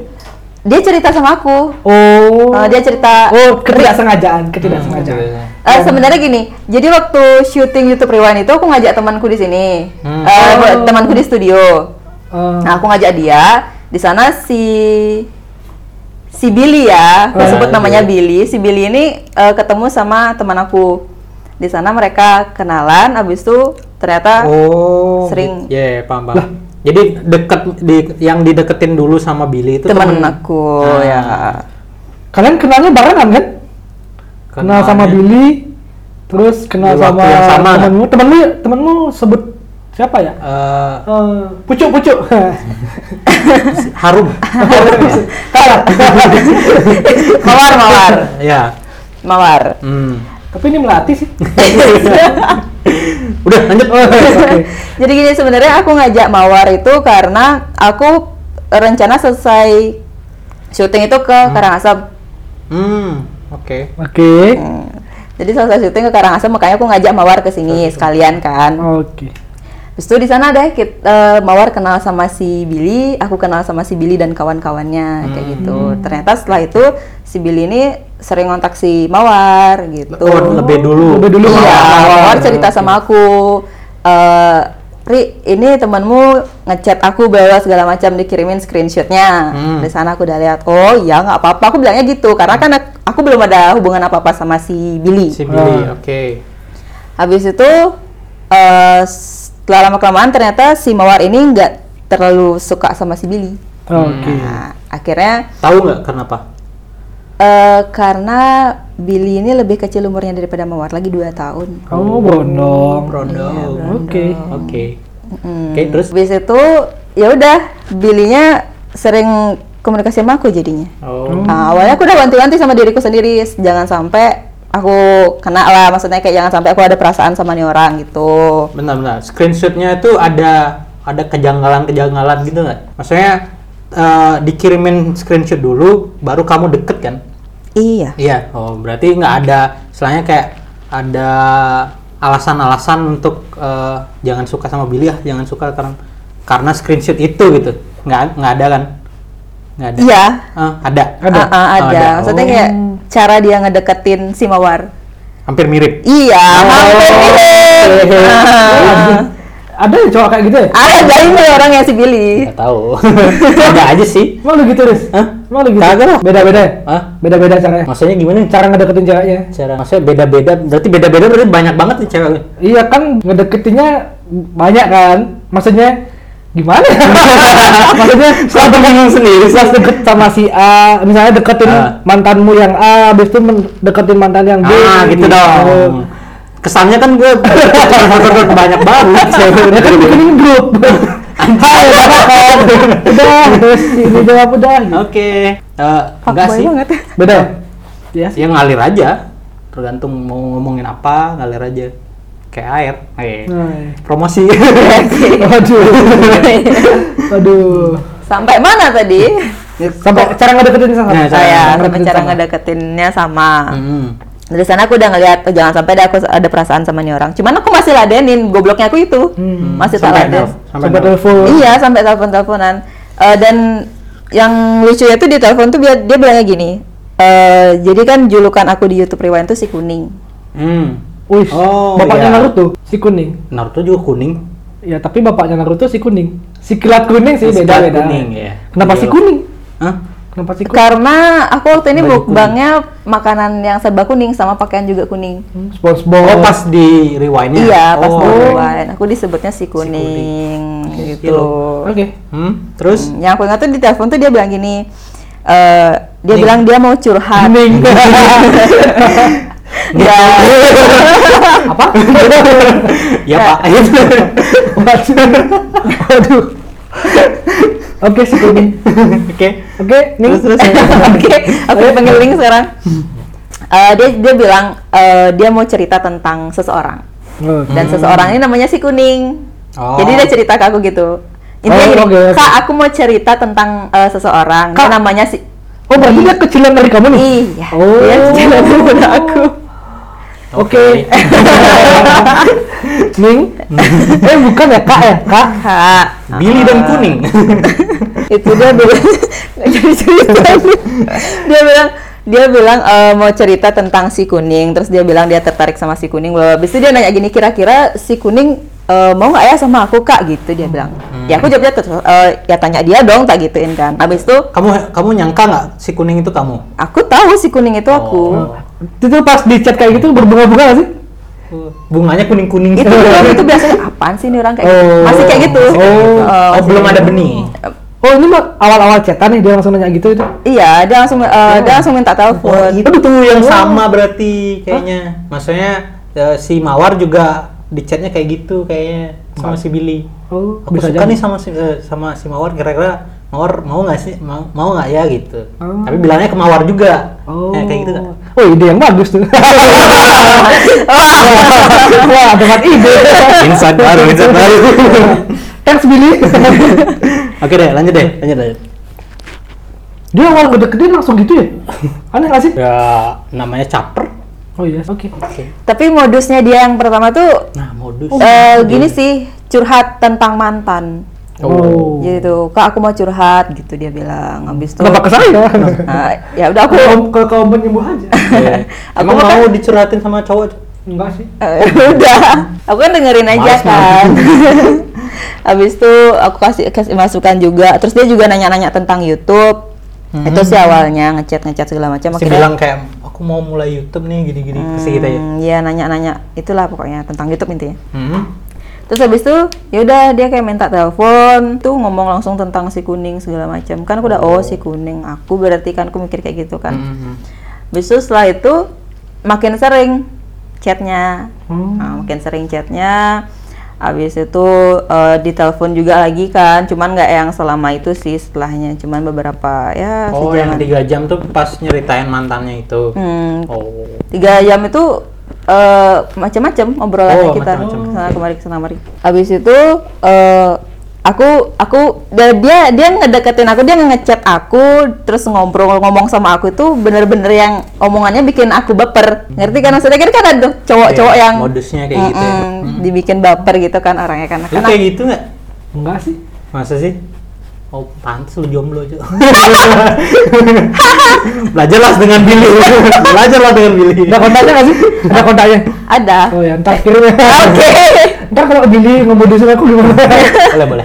dia cerita sama aku Oh. Eh, dia cerita Oh, ketidaksengajaan, ketidaksengajaan. Hmm. Eh, sebenarnya gini, jadi waktu syuting YouTube Rewind itu aku ngajak temanku di sini, Hmm. Eh, Oh. temanku di studio. Eh, Nah, aku ngajak dia di sana si si Billy ya, aku Oh, sebut iya. namanya Billy. Si Billy ini eh, ketemu sama teman aku. Di sana mereka kenalan, abis itu ternyata Oh. Ah, Sering. Ya, paham, paham. Jadi deket di yang dideketin dulu sama Billy itu teman aku Ah. ya. kalian kenalnya barengan kan? Kenal sama Kenalnya. Billy, terus kenal Di waktu sama, yang sama. temenmu. Temenmu temenmu sebut siapa ya? Eh, Eh, pucuk pucuk. Harum. ya? Kalah. Mawar, mawar, ya. mawar. Hmm. Tapi ini melatih sih. Udah lanjut. Oh, Oke. Jadi gini sebenarnya aku ngajak Mawar itu karena aku rencana selesai syuting itu ke Karangasem. Hmm, oke. Oke. Hmm. Jadi selesai syuting ke Karangasem makanya aku ngajak Mawar ke sini sekalian kan. Oke. Terus itu di sana deh kita, eh, Mawar kenal sama si Billy, aku kenal sama si Billy dan kawan-kawannya kayak gitu. Hmm. Ternyata setelah itu si Billy ini sering kontak si Mawar gitu. Oh, lebih dulu. Lebih dulu. Iya, Mawar. Mawar cerita sama aku. Eh, Ri, ini temanmu ngechat aku bahwa segala macam dikirimin screenshotnya. Hmm. Di sana aku udah lihat. Oh iya, nggak apa-apa. Aku bilangnya gitu karena kan ak- aku belum ada hubungan apa-apa sama si Billy. Si Billy, Ah. oke. Habis itu eh, setelah lama kelamaan ternyata si Mawar ini nggak terlalu suka sama si Billy. Hmm. Oke. Nah, akhirnya Tahu nggak kenapa? eh, karena Billy ini lebih kecil umurnya daripada Mawar lagi 2 tahun. Oh, brondong. Brondong. Iya, Oke. brondong. Oke. Oke. Hmm. Oke, terus? habis itu ya udah bilinya sering komunikasi sama aku jadinya. Oh. Hmm. Nah, awalnya aku udah wanti-wanti sama diriku sendiri, s- jangan sampai aku kena lah, maksudnya kayak jangan sampai aku ada perasaan sama nih orang gitu. Benar-benar. Screenshotnya itu ada ada kejanggalan-kejanggalan gitu nggak? Maksudnya eh, dikirimin screenshot dulu, baru kamu deket kan? Iya. Iya. Oh, berarti nggak ada, istilahnya kayak ada alasan-alasan untuk eh, jangan suka sama Billy ah, jangan suka karena karena screenshot itu gitu. Nggak nggak ada kan? Nggak ada. Iya. Ah, ada. Ada? Ah, ah, ada. Ada. Oh, Maksudnya kayak cara dia ngedeketin si Mawar. Hampir mirip. Iya, Oh. hampir mirip. Ah. Ada ya cowok kayak gitu ya? Ada ini orang yang si Billy. Nggak tahu. ada aja sih. Emang lu gitu, Riz? Hah? Emang lu gitu? Kagak lah. Beda-beda ya? Hah? Beda-beda caranya? Maksudnya gimana nih? Cara ngedeketin ceweknya? Cara maksudnya beda-beda. Berarti beda-beda berarti banyak banget nih cewek. Iya kan ngedeketinnya banyak kan? Maksudnya gimana? ya? Maksudnya Saya bingung sendiri. pas deket sama si A, misalnya deketin Ah. mantanmu yang A, habis itu men- deketin mantan yang B. Ah, gitu dong. Kesannya kan gue banyak banget cewek. Ya kan bikinin grup. Hai, apa Udah, terus ini jawab udah. gitu. Oke. Eh, enggak Fuckboy sih. banget. Beda. ya? Iya sih. Ya ngalir aja. Tergantung mau ngomongin apa, ngalir aja. Kayak air. Eh, Nah, Promosi. Aduh. Aduh. Sampai mana tadi? Sampai cara ngedeketin sama. Nah, cara- Saya sampai ngedeketin cara Iya, sama. ngedeketinnya sama. Hmm. Dari sana aku udah ngeliat, oh, jangan sampai deh aku ada perasaan sama nih orang. Cuman aku masih ladenin, gobloknya aku itu. Hmm. Masih tak Sampai laden. nelf- Sampai nelf. telepon. Iya, sampai telepon-teleponan. Eh, dan yang lucunya tuh di telepon tuh dia, dia bilangnya gini. eh jadi kan julukan aku di YouTube Rewind tuh si kuning. Hmm. Wih, Oh, bapaknya iya. Naruto si kuning. Naruto juga kuning. Ya, tapi bapaknya Naruto si kuning. Si kilat kuning sih Si beda kilat beda. kuning, ya. Kenapa si Iya. kuning? Hah? Kenapa sih? Kok? Karena aku waktu ini Baju kuning. mukbangnya makanan yang serba kuning sama pakaian juga kuning. SpongeBob. Oh, pas di rewind Iya, pas oh, di oke. rewind. Aku disebutnya si kuning, Gitu. gitu. Oke. Hmm, terus Hmm, Yang aku ingat tuh di telepon tuh dia bilang gini, eh, dia Ning. bilang dia mau curhat. Kuning. ya, apa? ya, Nah. Pak. Eh. Aduh. Oke sih kuning. Oke. Oke, nih. Terus, terus. oke, aku dipanggil Ning sekarang. Hmm. Eh, dia dia bilang eh, dia mau cerita tentang seseorang Oh. dan seseorang ini namanya si kuning. Oh. Jadi dia cerita ke aku gitu. Intinya Oh, gini, oke, oke. kak aku mau cerita tentang eh, seseorang. Dia Kak. namanya si Oh, berarti dia kecilan dari kamu nih? Iya. Oh. Dia cerita daripada aku. Oke. Eh, Ning. eh, bukan ya, Kak ya? Kak. Kak, Billy dan kuning. itu dia bilang nggak jadi cerita dia bilang dia bilang eh, mau cerita tentang si kuning terus dia bilang dia tertarik sama si kuning bla bla bla. Habis itu dia nanya gini kira-kira si kuning eh, mau nggak ya sama aku kak gitu dia bilang Hmm. ya aku jawabnya terus eh, ya tanya dia dong tak gituin kan habis itu kamu kamu nyangka nggak si kuning itu kamu? Oh, aku tahu si kuning itu aku Itu tuh pas di chat kayak gitu berbunga-bunga nggak sih? Bunganya kuning-kuning. gitu. itu doang, itu biasanya apaan sih ini orang kayak gitu?" Oh. masih kayak gitu Masih kayak gitu. Eh, Oh, masih belum kayak ada gitu. benih. Oh, ini mah awal-awal chatan nih dia langsung nanya gitu itu. iya dia langsung eh, dia Oh. langsung minta telepon gitu. itu yang sama berarti kayaknya. Maksudnya eh, si Mawar juga di chatnya kayak gitu kayaknya sama si Billy. Oh, Aku suka nih sama si eh, sama si Mawar kira-kira Mawar mau nggak sih mau mau nggak ya gitu. Oh. Tapi bilangnya ke Mawar juga. Oh. Ya, kayak gitu kan. Oh, ide yang bagus tuh. Wah, dapat ide. Insight baru, insight baru. Thanks Billy. Oke deh, lanjut deh, lanjut lanjut. dia awal gede gede langsung gitu ya? Aneh nggak sih? Ya namanya caper. Oh iya, oke. tapi modusnya dia yang pertama tuh Nah modus. Eh, gini sih curhat tentang mantan Oh. jadi tuh kak aku mau curhat gitu dia bilang habis itu Kenapa ke saya? Nah. "Ah, ya udah aku Ke kaum ke kaum penyembuh aja. Iya. Aku Emang makan- mau dicurhatin sama cowok? Enggak sih. Eh, udah aku kan dengerin aja Males, kan habis itu aku kasih kasih masukan juga terus dia juga nanya-nanya tentang YouTube itu sih awalnya ngechat ngechat segala macam Masih Hmm. bilang kayak aku mau mulai YouTube nih gini-gini pasti gitu ya. Ya, "Hmm, ya nanya-nanya itulah pokoknya tentang YouTube intinya Hmm. Terus habis itu yaudah dia kayak minta telepon tuh ngomong langsung tentang si kuning segala macam. Kan aku udah oh si kuning aku berarti kan aku mikir kayak gitu kan. Hmm. Habis itu setelah itu makin sering chatnya, Hmm. Nah, makin sering chatnya. Habis itu eh, ditelepon juga lagi kan, cuman nggak yang selama itu sih setelahnya, cuman beberapa ya Oh yang sejaman. tiga jam tuh pas nyeritain mantannya itu. Hmm, Oh. tiga jam itu eh, macam-macam obrolannya Oh, kita macam-macam. sana kemari sana kemari habis itu eh, aku aku dia dia dia ngedeketin aku dia ngechat aku terus ngobrol ngomong sama aku itu bener-bener yang omongannya bikin aku baper ngerti kan maksudnya kan ada tuh cowok-cowok Iya, yang modusnya kayak gitu ya. Mm-mm, dibikin baper gitu kan orangnya kan Lu karena kayak gitu nggak? Enggak sih. Masa sih? Oh, pantas lu jomblo aja. Belajarlah dengan Billy. Belajarlah dengan Billy. Ada kontaknya nggak sih? Ada kontaknya. ada Oh iya. ya, ntar kirim ya. oke Ntar kalau Billy ngemodusin aku gimana? Boleh, boleh.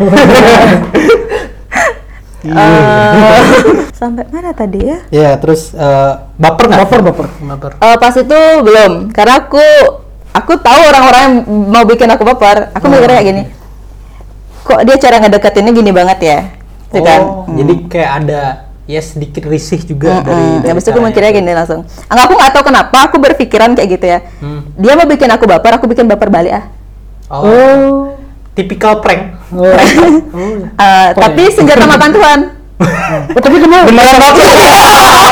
Iya. Eh, sampai mana tadi ya Ya, terus eh, baper nggak? Baper, baper. Baper. Eh, pas itu belum, karena aku aku tahu orang-orang yang mau bikin aku baper. Aku mikirnya kayak gini, kok dia cara ngedeketinnya gini banget ya, gitu Oh, Hmm, kan? jadi kayak ada ya sedikit risih juga dari, Mm-mm. dari Habis itu aku caranya. mikirnya gini langsung. Enggak aku nggak tahu kenapa aku berpikiran kayak gitu ya. Hmm. Dia mau bikin aku baper, aku bikin baper balik ah. Oh, Oh. tipikal prank. Oh. Eh, tapi senjata makan Tuhan. Oh, tapi kenapa? Beneran baper.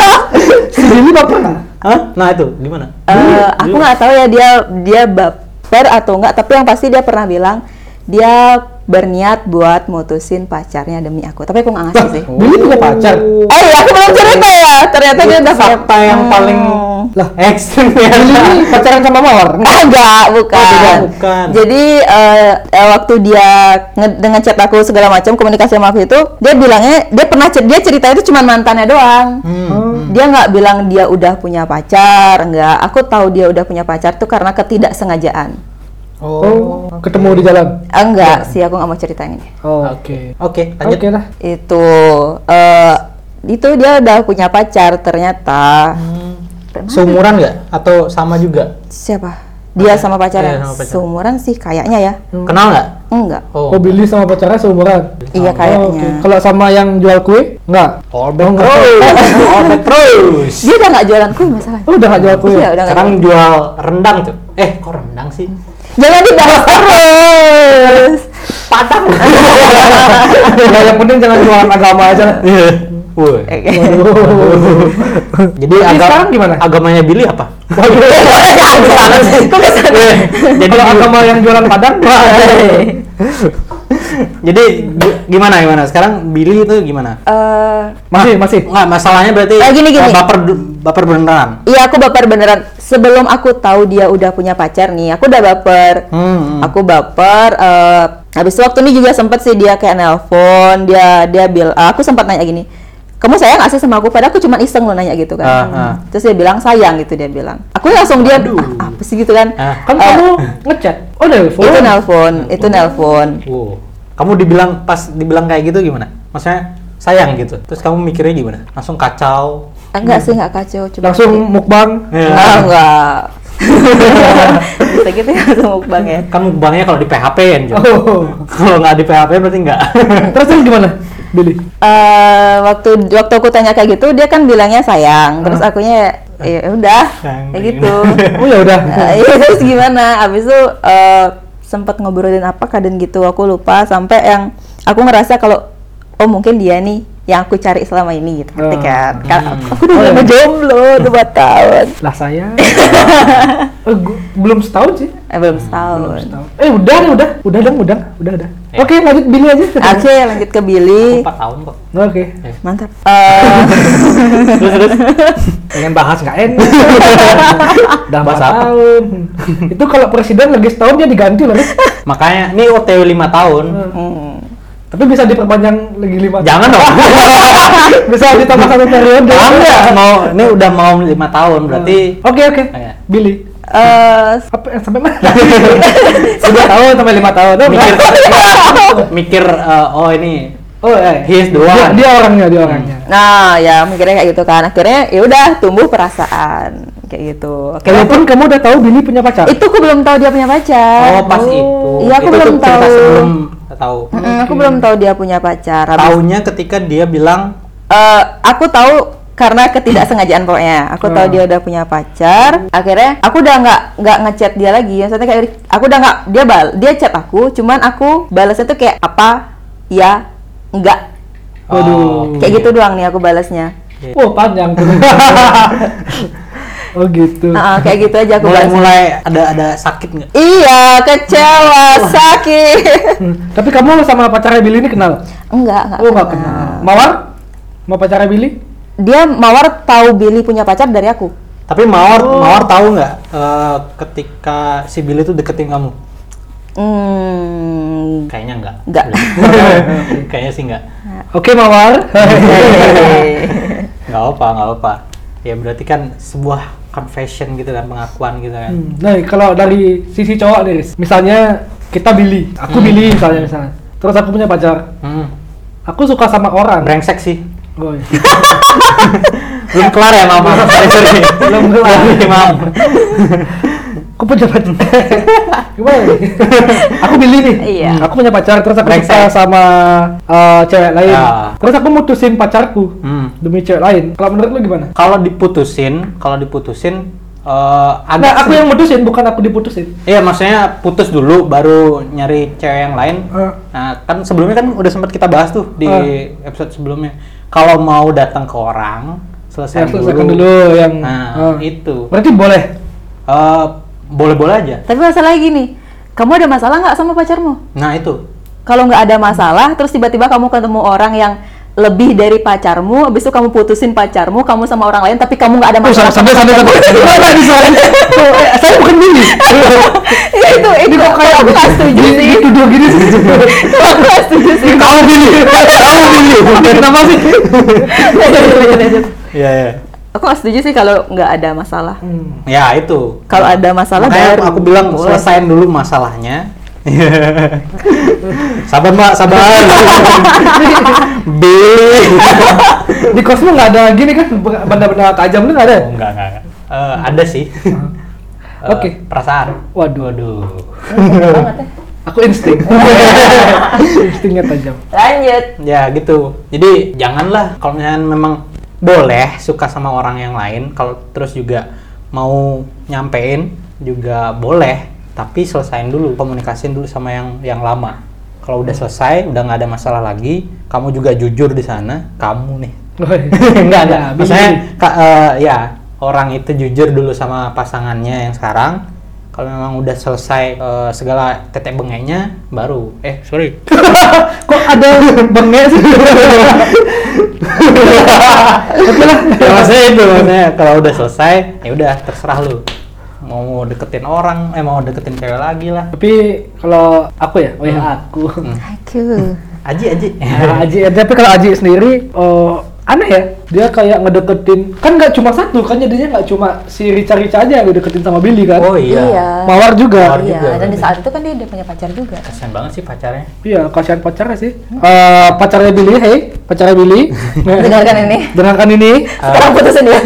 si Billy baper nggak? Hah? Nah itu gimana? Eh, aku nggak tahu ya dia dia baper atau enggak, tapi yang pasti dia pernah bilang dia berniat buat mutusin pacarnya demi aku. Tapi aku nggak ngasih sih. Billy punya pacar. Eh, iya, aku belum cerita ya. Ternyata dia udah Hmm. punya- Fakta yang paling lah ekstrim ya. Billy ini pacaran sama Mawar. Enggak, Ah, bukan. Oh, bukan. Jadi eh, eh, waktu dia nge- dengan chat aku segala macam komunikasi sama aku itu, dia bilangnya dia pernah cer- dia cerita itu cuma mantannya doang. Hmm. Dia nggak bilang dia udah punya pacar, enggak. Aku tahu dia udah punya pacar tuh karena ketidaksengajaan. Oh, ketemu di jalan. Eh, Iya. Enggak sih, aku nggak mau ceritain ini. Oh, Oke, lanjut. Oke lah. Itu eh itu dia udah punya pacar ternyata Seumuran nggak? Atau sama juga? siapa dia sama pacarnya Iya, sama pacarnya. seumuran sih kayaknya ya Kenal nggak? enggak Oh, Billy sama pacarnya seumuran. Oh, iya kayaknya oke. Kalau sama yang jual kue, enggak. All Oh, enggak. All back terus. dia udah nggak jualan kue masalahnya Oh, udah nggak jual kue. Iya, ya? udah nggak Sekarang jual rendang tuh. Eh, kok rendang sih? jangan dibahas terus Padang. Ya, Iya. yang penting jangan jualan agama aja. lah. Woi. Oke. Jadi Jadi agam- sekarang gimana? Agamanya Billy apa? Kok Iya. bisa? Jadi Kalau agama yang jualan Padang, iya, Jadi gi- gimana gimana? Sekarang Billy itu gimana? Eh, masih masih. Enggak, masalahnya berarti Eh, gini, gini. baper baper beneran. Iya aku baper beneran. Sebelum aku tahu dia udah punya pacar nih, aku udah baper. Hmm. Aku baper. eh, habis itu waktu ini juga sempet sih dia kayak nelpon, dia dia bil. ah, aku sempat nanya gini, kamu sayang gak sih sama aku? Padahal aku cuma iseng loh nanya gitu kan. Ah, ah. Terus dia bilang sayang gitu dia bilang. Aku langsung dia "Ah, apa sih gitu kan? Ah. Kan Eh, kamu ngechat. Oh, nelfon. itu nelpon, itu nelpon. Wow. Kamu dibilang pas dibilang kayak gitu gimana? Maksudnya sayang gitu. Terus kamu mikirnya gimana? Langsung kacau. Enggak Ah, sih enggak kacau, cuma Langsung mukbang. Ya. Ah, enggak. Bisa gitu ya langsung mukbang ya. Kan mukbangnya kalau di PHP kan. Jo. Oh. Kalau nggak di PHP berarti nggak. Terus terus gimana? Billy. eh waktu waktu aku tanya kayak gitu dia kan bilangnya sayang terus akunya ya udah Ah. Sayang, kayak pengen. gitu Oh, ya udah. Eh, iya, terus gimana abis itu eh, sempat ngobrolin apa kaden gitu aku lupa sampai yang aku ngerasa kalau oh mungkin dia nih yang aku cari selama ini gitu ngerti Ah, kan hmm. Kan Oh, aku udah iya. lama jomblo dua tahun Lah saya. Eh, gu- belum setahun sih. eh, Hmm, belum setahun Eh udah nih udah udah dong udah udah udah. Ya. Oke lanjut Billy aja. oke lanjut ke Billy Empat tahun kok. Oke. mantap Eh, Terus terus. Pengen bahas nggak Eh, enak. Udah Bahas bahas apa? tahun. Itu kalau presiden lagi setahun dia diganti loh. Nis. Makanya ini OTW 5 tahun. hmm. Tapi bisa diperpanjang lagi lima. Jangan dong. Hmm. Bisa ditambah satu periode. Enggak, ya. mau ini udah mau 5 tahun berarti Oke oke. Iya. Billy. Eh, Apa eh, sampai mana? Sudah tahun sampai lima tahun. Oh, mikir enggak. mikir eh, oh ini Oh, eh. Hmm. He is the one. Dia, dia orangnya, dia orangnya. Nah, ya mikirnya kayak gitu kan. Akhirnya ya udah tumbuh perasaan kayak gitu. Oke. Kalaupun kamu udah tahu Billy punya pacar. Itu aku belum tahu dia punya pacar. oh pas itu. Iya, aku Itu belum cerita tahu. sebelum tahu. Mm-mm, Mm, aku belum tahu dia punya pacar. Habis- Taunya ketika dia bilang Eh, aku tahu karena ketidaksengajaan pokoknya. Aku tahu Hmm. dia udah punya pacar. Akhirnya aku udah nggak nggak ngechat dia lagi. Maksudnya kayak aku udah nggak dia bal dia chat aku, cuman aku balasnya tuh kayak apa? Ya, enggak. Waduh. "Oh, Kayak gitu doang nih aku balasnya. Wah panjang tuh. oh gitu. Nah, kayak gitu aja aku mulai balasnya. mulai ada ada sakit nggak? Iya, kecewa, sakit. Hmm, Tapi kamu sama pacarnya Billy ini kenal? Enggak, enggak. Oh nggak kenal. kenal. Mawar? Mau pacarnya Billy? Dia Mawar tahu Billy punya pacar dari aku. Tapi Mawar Oh. Mawar tahu nggak eh, ketika si Billy tuh deketin kamu? Hmm. Kayaknya nggak. Nggak. Kayaknya sih nggak. Oke Mawar. Nggak apa nggak apa. Ya berarti kan sebuah confession gitu kan pengakuan gitu kan. Hmm, nah kalau dari sisi cowok nih, Riz. misalnya kita Billy, aku Billy misalnya misalnya. Terus aku punya pacar. Hmm. Aku suka sama orang. Brengsek sih. Oh, iya. belum kelar ya mam Maaf, sorry sorry Belum kelar. Sorry, mam Aku punya pacar. Gimana nih? aku Billy nih. Iya. Aku punya pacar terus aku Brengsek. suka sama eh, cewek lain. Ya. Terus aku mutusin pacarku. hmm. demi cewek lain. Kalau menurut lu gimana? kalau diputusin kalau diputusin eh ada Nah, aku yang mutusin bukan aku diputusin. iya maksudnya putus dulu baru nyari cewek yang lain Eh. nah kan sebelumnya kan udah sempat kita bahas tuh di Eh. episode sebelumnya kalau mau datang ke orang Saya selesai Ya, selesaikan dulu, dulu yang nah ah. itu Berarti boleh. Eh, boleh-boleh aja Tapi masalahnya gini, kamu ada masalah nggak sama pacarmu? nah itu Kalau nggak ada masalah, terus tiba-tiba kamu ketemu orang yang lebih dari pacarmu, habis itu kamu putusin pacarmu, kamu sama orang lain, tapi kamu nggak ada Oh, masalah. sampai sampai sampai. Gimana nih suaranya? Oh, eh, Saya bukan Billy. Iya, itu, itu, kalau aku nggak setuju Di- sih. Dituduh gini sih. Kalau aku nggak setuju sih. Kamu Billy. Kamu Billy. Kenapa sih? Iya, iya. Aku nggak setuju sih kalau nggak ada masalah. ya itu Kalau ada masalah Makanya baru aku bilang boleh. selesain dulu masalahnya sabar mbak, sabar. Billy. Di kos lu nggak ada gini kan benda-benda tajam lu nggak ada? Oh, enggak, enggak. enggak. Eh, ada sih. Eh, Oke. perasaan. Waduh, Waduh. banget ya. aku insting. Instingnya tajam. Lanjut. ya gitu. Jadi janganlah kalau misalnya memang boleh suka sama orang yang lain, kalau terus juga mau nyampein juga boleh, tapi selesain dulu, komunikasin dulu sama yang yang lama. Kalau udah selesai, udah nggak ada masalah lagi, kamu juga jujur di sana, kamu nih enggak enggak Nah, maksudnya bingung. ka- eh, ya orang itu jujur dulu sama pasangannya yang sekarang kalau memang udah selesai eh, segala tetek bengeknya baru eh sorry Kok ada bengek sih? Oke lah. ya, maksudnya itu maksudnya kalau udah selesai ya udah terserah lu mau deketin orang eh mau deketin cewek lagi lah Tapi kalau aku ya, oh ya aku. Aku. aji aji Nah, Aji, eh, tapi kalau Aji sendiri, eh, aneh ya. Dia kayak ngedeketin, kan nggak cuma satu, kan jadinya nggak cuma si Rica-Rica aja yang ngedeketin sama Billy kan. oh iya, Iya. Mawar juga. Mawar. Iya, juga. dan di saat itu kan dia udah punya pacar juga. kasian banget sih pacarnya Iya, kasihan pacarnya sih. Eh, pacarnya Billy, hey, pacarnya Billy. Dengarkan ini. Dengarkan ini. Eh. Sekarang putusin dia.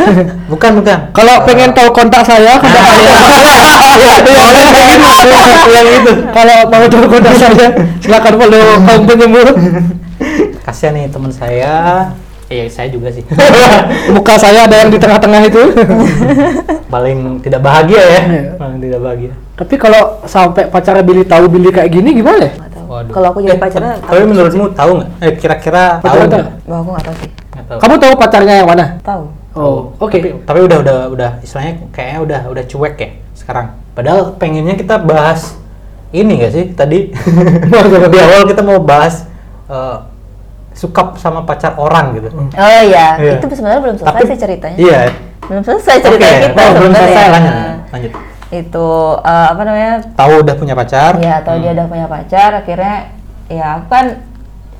bukan bukan Kalau pengen tahu kontak saya, kontak saya. Iya, ada yang ada yang gini, ada yang- ada yang itu. Kalau mau tahu kontak saya, silakan follow kaum penyembuh. kasian nih teman saya iya saya juga sih Muka saya ada yang di tengah-tengah itu. paling tidak bahagia ya Iya. paling tidak bahagia Tapi kalau sampai pacarnya Billy tahu Billy kayak gini gimana? ya? Nggak tahu. Waduh. Kalau aku jadi Eh, pacarnya, tapi tapi menurutmu tahu nggak? Eh, kira-kira tahu Pacarnya nggak? tahu? Wah, aku nggak tahu sih. Nggak tahu. Kamu tahu pacarnya yang mana? Tahu. Oh, oke. Tapi, tapi udah udah udah istilahnya kayaknya udah udah cuek ya sekarang. Padahal pengennya kita bahas ini nggak sih tadi di awal kita mau bahas eh, suka sama pacar orang gitu. Oh iya, Iya. itu sebenarnya belum selesai sih ceritanya. Iya. Belum selesai Oke. cerita kita ya. Oh, belum sebenarnya. Nah, selesai lanjut lanjut. Itu eh, apa namanya? Tahu udah punya pacar? Ya, atau Hmm. dia udah punya pacar, akhirnya ya aku kan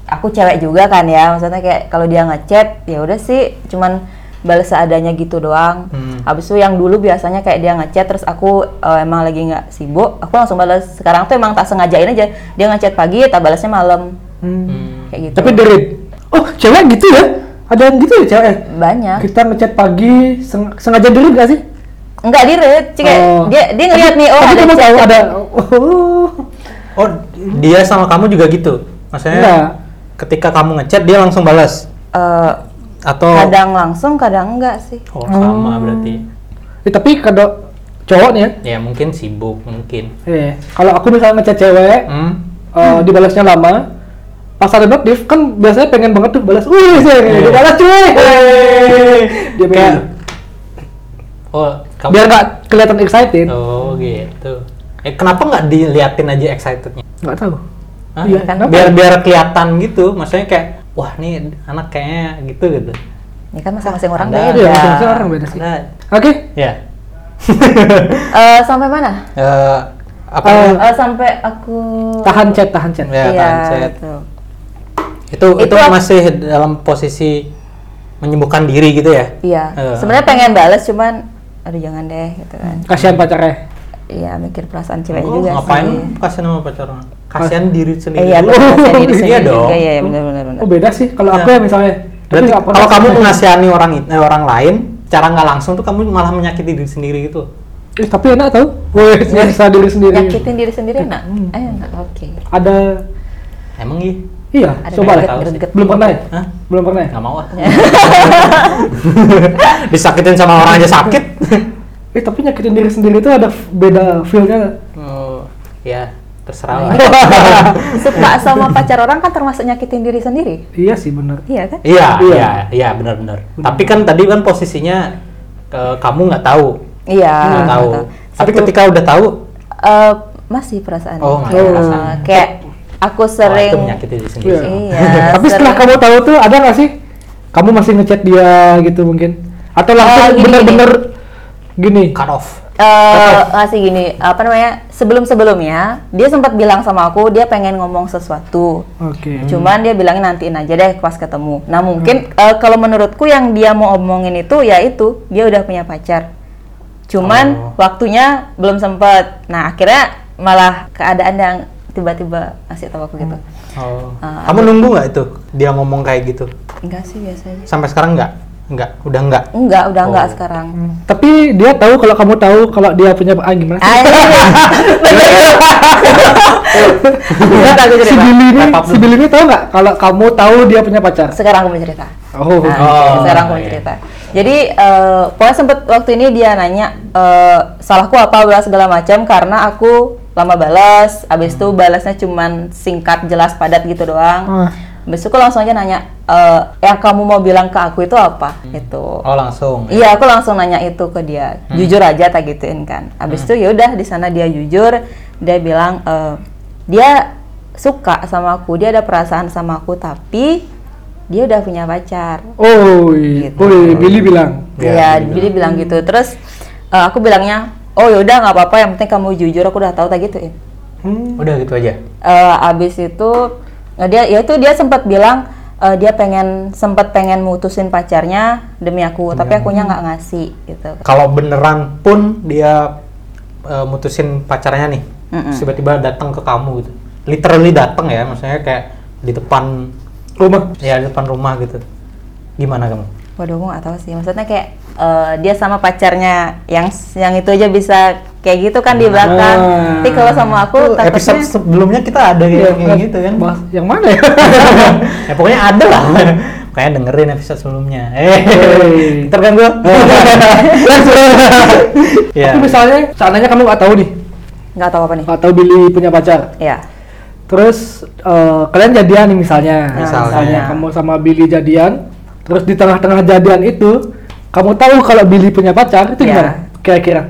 aku cewek juga kan ya. Maksudnya kayak kalau dia ngechat, ya udah sih cuman balas seadanya gitu doang. Hmm. Habis itu yang dulu biasanya kayak dia ngechat terus aku eh, emang lagi nggak sibuk, aku langsung balas. Sekarang tuh emang tak sengajain aja. Dia ngechat pagi, tak balasnya malam. Hmm. Kayak gitu. Tapi dari Oh, cewek gitu ya? Ada yang gitu ya cewek? banyak. Kita ngechat pagi, seng- sengaja diri gak sih? Enggak di read, Cik, kayak Oh. dia dia ngeliat nih oh Tapi ada kamu tahu chat. ada oh, Oh, dia sama kamu juga gitu. Maksudnya Nggak. ketika kamu ngechat dia langsung balas Eh, atau Oh. kadang langsung kadang enggak sih. Oh, sama berarti. Eh, tapi kalau cowok nih ya, Ya mungkin sibuk mungkin. eh, kalau aku misalnya ngechat cewek, Hmm. eh, dibalasnya lama, pas ada notif kan biasanya pengen banget tuh balas, wih, saya Iya. dibalas cuy, dia pengen, Oh, kamu biar nggak kelihatan excited, Oh, gitu. Eh kenapa nggak diliatin aja excitednya? nggak tahu. Hah? Iya, kenapa? biar biar kelihatan gitu. Maksudnya kayak wah nih anak kayaknya gitu gitu. Ini kan masing-masing orang Ada. beda. Iya, masing-masing orang beda sih. Nah, Oke, ya. Eh, sampai mana? Eh, apa? Eh, namanya? Eh, sampai aku tahan chat, tahan chat. Ya, Iya, tahan chat. gitu. itu itu, itu- masih dalam posisi menyembuhkan diri gitu ya? Iya. Eh. Sebenarnya pengen balas cuman aduh jangan deh gitu kan. Kasihan pacarnya. Iya, mikir perasaan cewek Oh, juga ngapain sih. kasihan sama pacar orang? Kasihan diri Eh, sendiri. iya, dulu. benar sendiri Iya sendiri dong. juga. Iya, iya, benar benar benar. Oh beda sih, kalau aku Nah. ya misalnya. Tapi Berarti nggak pernah kalau kamu sama. mengasihani orang it- eh, orang lain, cara nggak langsung tuh kamu malah menyakiti diri sendiri gitu. Ih, Eh, tapi enak tau, wih, Iya. nyiksa diri sendiri. Nyakitin diri sendiri enak? Hmm. Eh, enak. Oke. Ada, Emang iya? iya, Ada coba lah. tahu sih. greget-greget. Belum pernah ya? Hah? Belum pernah ya? Nggak mau ah. Disakitin sama orang aja sakit. Eh tapi nyakitin diri sendiri itu ada f- beda feel-nya. oh, ya terserah lah. Suka sama pacar orang kan termasuk nyakitin diri sendiri. Iya sih bener. Iya kan? Iya, Iya. iya, iya benar-benar. Tapi kan tadi kan posisinya eh, kamu nggak tahu, Iya. nggak tahu. betul. Tapi Satu- ketika udah tahu, Eh, masih perasaan. Oh, masih Iya. perasaan. Kayak aku wah, sering. eh, itu menyakiti diri sendiri. Iya. Iya. tapi setelah sering- kamu tahu tuh ada nggak sih? Kamu masih ngechat dia gitu mungkin? Atau langsung Oh, gini, gini. bener-bener gini? Cut off. eh ngasih gini apa namanya sebelum sebelumnya dia sempat bilang sama aku dia pengen ngomong sesuatu Oke. Hmm. cuman dia bilangin nantiin aja deh pas ketemu nah mungkin eh, kalau menurutku yang dia mau omongin itu ya itu dia udah punya pacar Oh. cuman waktunya belum sempat nah akhirnya malah keadaan yang tiba-tiba ngasih tahu aku gitu Oh. Ah, Kamu nunggu nggak itu dia ngomong kayak gitu? enggak sih biasanya Sampai sekarang nggak? Nggak, udah nggak. enggak udah enggak Oh. sekarang Tapi dia tahu kalau kamu tahu kalau dia punya ah gimana? sih? Ah, iya, iya. Bener, aku si cerita. Billy ini, Wrap up si Billy ini tahu nggak kalau kamu tahu dia punya pacar? Sekarang aku mau cerita. Oh, Nah, Oh, sekarang aku mau iya. cerita. Jadi eh, pokoknya sempet waktu ini dia nanya eh, salahku apa bla segala macam karena aku lama balas, abis Hmm. itu balasnya cuman singkat jelas padat gitu doang. Ah. Abis itu aku langsung aja nanya eh, yang kamu mau bilang ke aku itu apa? Gitu. Oh langsung. Iya, aku langsung nanya itu ke dia. Jujur aja tak gituin kan. Abis itu ya udah di sana dia jujur, dia bilang eh, dia suka sama aku, dia ada perasaan sama aku tapi dia udah punya pacar. oh, iya. Gitu. oh, iya, Billy bilang. Iya, Iya, jadi bilang gitu. Terus eh, aku bilangnya, "Oh ya udah nggak apa-apa, yang penting kamu jujur, aku udah tahu tak gituin." Hmm. Udah gitu aja. Eh, abis itu eh, dia ya itu dia sempat bilang eh, dia pengen sempat pengen mutusin pacarnya demi aku, tapi akunya nggak ngasih gitu. Kalau beneran pun dia eh, mutusin pacarnya nih, Mm-mm. terus tiba-tiba datang ke kamu gitu. Literally datang ya, maksudnya kayak di depan Rumah. ya di depan rumah gitu. Gimana kamu? Waduh, gue gak tau sih. Maksudnya kayak eh, dia sama pacarnya yang yang itu aja bisa kayak gitu kan di belakang. Ah. Tapi kalau sama aku Episode takutnya sebelumah kita ada Iya, yang kayak kan. gitu kan. Bahas yang mana ya? ya pokoknya ada lah. Kayak dengerin episode sebelumnya. kan Eh, Hey. terganggu. Ya. Iya. Tapi misalnya, seandainya kamu nggak tahu nih, nggak tahu apa nih. nggak tahu Billy punya pacar. Ya, Terus eh, kalian jadian nih misalnya. Iya. Misalnya. kamu sama Billy jadian, terus di tengah-tengah jadian itu kamu tahu kalau Billy punya pacar itu Iya. gimana? Kira-kira.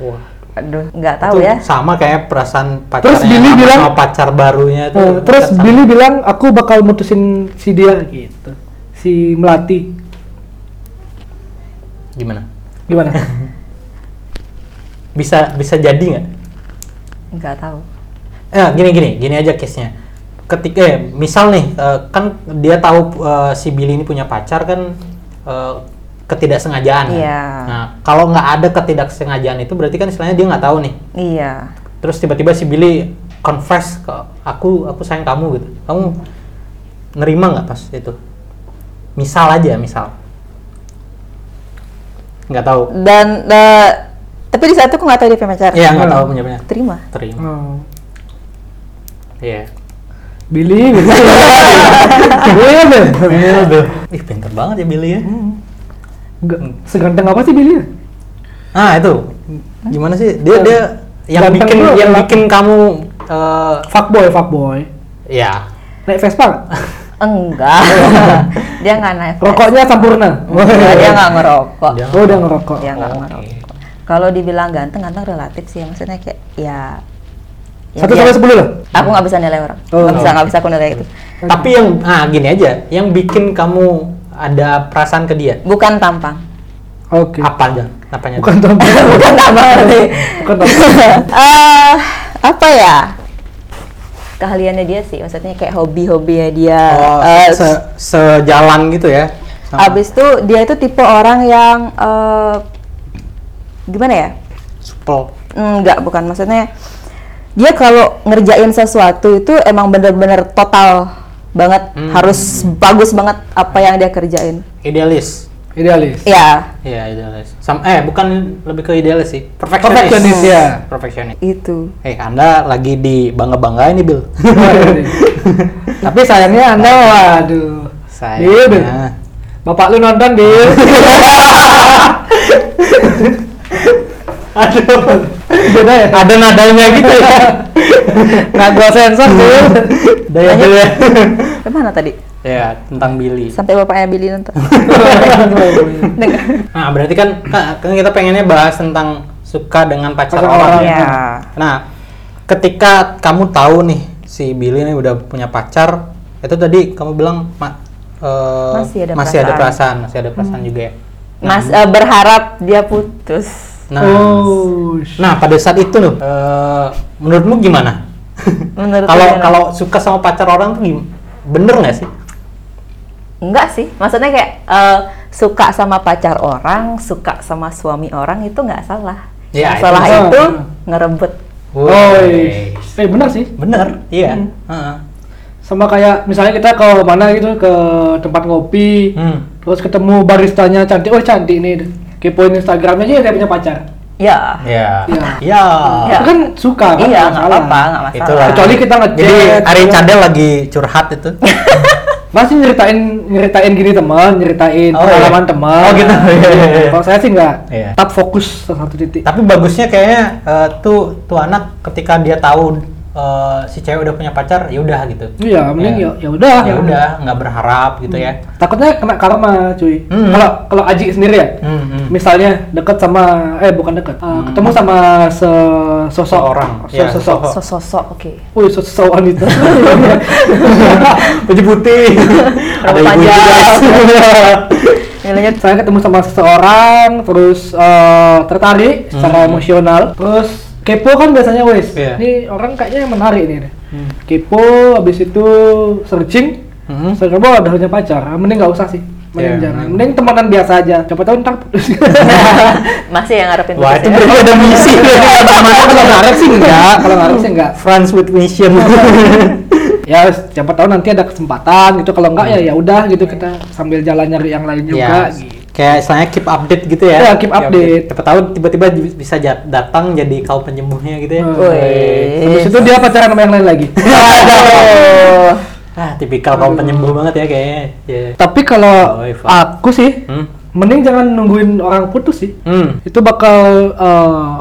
Wah. aduh, nggak tahu Itu ya. Sama kayak perasaan pacarnya Terus Billy sama- bilang- sama pacar barunya itu. Eh, terus Billy bilang aku bakal mutusin si dia gitu. Si Melati. gimana? Gimana? Bisa bisa jadi nggak? Nggak tahu. Eh, gini gini gini aja case-nya. Ketika eh, misal nih eh, kan dia tahu eh, si Billy ini punya pacar kan eh, ketidaksengajaan. kan? Iya. Nah kalau nggak ada ketidaksengajaan itu berarti kan istilahnya dia nggak tahu nih. Iya. Terus tiba-tiba si Billy confess ke aku aku sayang kamu gitu. Kamu nerima nggak pas itu? Misal aja misal. Nggak tahu. Dan eh, tapi di saat itu aku nggak tahu dia punya pacar. Iya nggak tahu punya punya. Terima. Terima. oh. Iya. Billy, Billy. Billy. Hmm. Ih pinter banget ya Billy ya. Nggak- Seganteng apa sih Billy? Ah itu gimana sih dia dia yang Ganteng bikin dulu, yang gelap. bikin kamu eh, Fuckboy, fuckboy. ya Naik Vespa nggak? Enggak. dia nggak naik. Rokoknya sempurna. Enggak, dia nggak ngerokok. Dia- Oh, udah ngerokok. Dia nggak Oke. ngerokok. Kalau dibilang ganteng, ganteng relatif sih. Maksudnya kayak ya. ya Satu dia- sampai sepuluh lah. Aku nggak bisa nilai orang. Oh. Nggak bisa, nggak bisa aku nilai itu. tapi yang ah gini aja yang bikin kamu ada perasaan ke dia Bukan tampang. Oke. apa aja apanya Bukan tampang. Bukan tampang sih. Bukan tampang. Eh, apa ya? Keahliannya dia sih, maksudnya kayak hobi-hobinya dia. Oh, Eh, se- sejalan gitu ya. Sama. abis itu dia itu tipe orang yang eh, gimana ya? Supel. Enggak, bukan maksudnya dia kalau ngerjain sesuatu itu emang bener-bener total banget, Hmm. harus bagus banget apa yang dia kerjain. idealis. Idealis. Ya, Iya, idealis. Sam eh bukan lebih ke idealis sih. Perfeksionis, Perfeksionis. ya. Perfeksionis. itu. Eh, Anda lagi di bangga-banggain nih, Bill. Tapi sayangnya Anda waduh. Iya, Bil. Sayangnya. Bapak lu nonton, Bil. Aduh. Beda ya? Ada nadanya gitu ya. Nggak gua sensor, Bil. Daya Banyak. Bill ya. Kemana tadi? Ya, tentang Billy. Sampai bapaknya Billy nonton. Dengar. Nah, berarti kan kan kan kita pengennya bahas tentang suka dengan pacar Pacar orang. orang, iya. ya. ya. Nah, ketika kamu tahu nih si Billy ini udah punya pacar, itu tadi kamu bilang Ma- eh, Masih ada perasaan. Hmm. perasaan, masih ada perasaan juga ya. Mas eh, berharap dia putus. Nah, Oh. sh- nah pada saat itu loh, eh, menurutmu gimana? Menurut Kalau gue- kalau suka sama pacar orang tuh gim- bener nggak sih? enggak sih, maksudnya kayak eh, suka sama pacar orang, suka sama suami orang itu nggak salah. Ya, Yang itu salah salah. itu ngerebut. Woi. Woi. oh, eh benar sih Bener, iya. Hmm. Heeh. sama kayak misalnya kita ke mana gitu ke tempat ngopi Hmm. terus ketemu baristanya cantik oh cantik nih kepoin instagramnya aja dia punya pacar Ya. Iya. Iya. Iya. Iya. itu kan suka kan Iya, nggak nggak salah. apa-apa, nggak masalah. Itulah. Kecuali kita ngechat. Jadi Ari Cadel lagi curhat itu. masih nyeritain nyeritain gini teman nyeritain Oh, pengalaman iya. teman Oh, gitu. Iya, iya, iya. kalau saya sih nggak Iya. tetap fokus ke satu titik Tapi bagusnya kayaknya eh, tuh tuh anak ketika dia tahu eh, si cewek udah punya pacar, ya udah gitu. iya mending Iya. ya ya udah Ya udah, nggak berharap gitu ya. takutnya kena karma cuy Hmm. kalau kalau Aji sendiri ya Hmm, hmm. misalnya deket sama eh bukan deket eh, ketemu sama sesosok Seorang, iya, sesosok sesosok. Sosok, oke. Wih, sesosok wanita Baju putih. Ada Rambut ibu panjang. juga. Nilainya saya ketemu sama seseorang terus eh, tertarik Hmm. secara emosional terus kepo kan biasanya wes Iya. ini orang kayaknya menarik nih Hmm. kepo habis itu searching Hmm. searching oh udah punya pacar Ah, mending nggak usah sih mending Iya, jangan mending. mending temenan biasa aja coba tahu ntar putus. masih yang ngarepin Wah, itu putus ya. berarti ada misi. Masa kalau ngarep sih enggak kalau ngarep sih enggak Friends with mission. ya siapa tahu nanti ada kesempatan gitu kalau enggak ya ya udah gitu kita sambil jalan nyari yang lain juga Hmm. Ya, gitu. kayak istilahnya keep update gitu ya. Ya, keep update. Siapa tahu tiba-tiba ju- bisa jat- datang jadi kau penyembuhnya gitu ya. Hmm. Wih. habis itu dia pacaran sama yang lain lagi ya. Aduh. Ah, tipikal kau penyembuh banget ya kayaknya. Ya. tapi kalau Oh, Ivan. aku sih Hmm. mending jangan nungguin orang putus sih Hmm. itu bakal eh,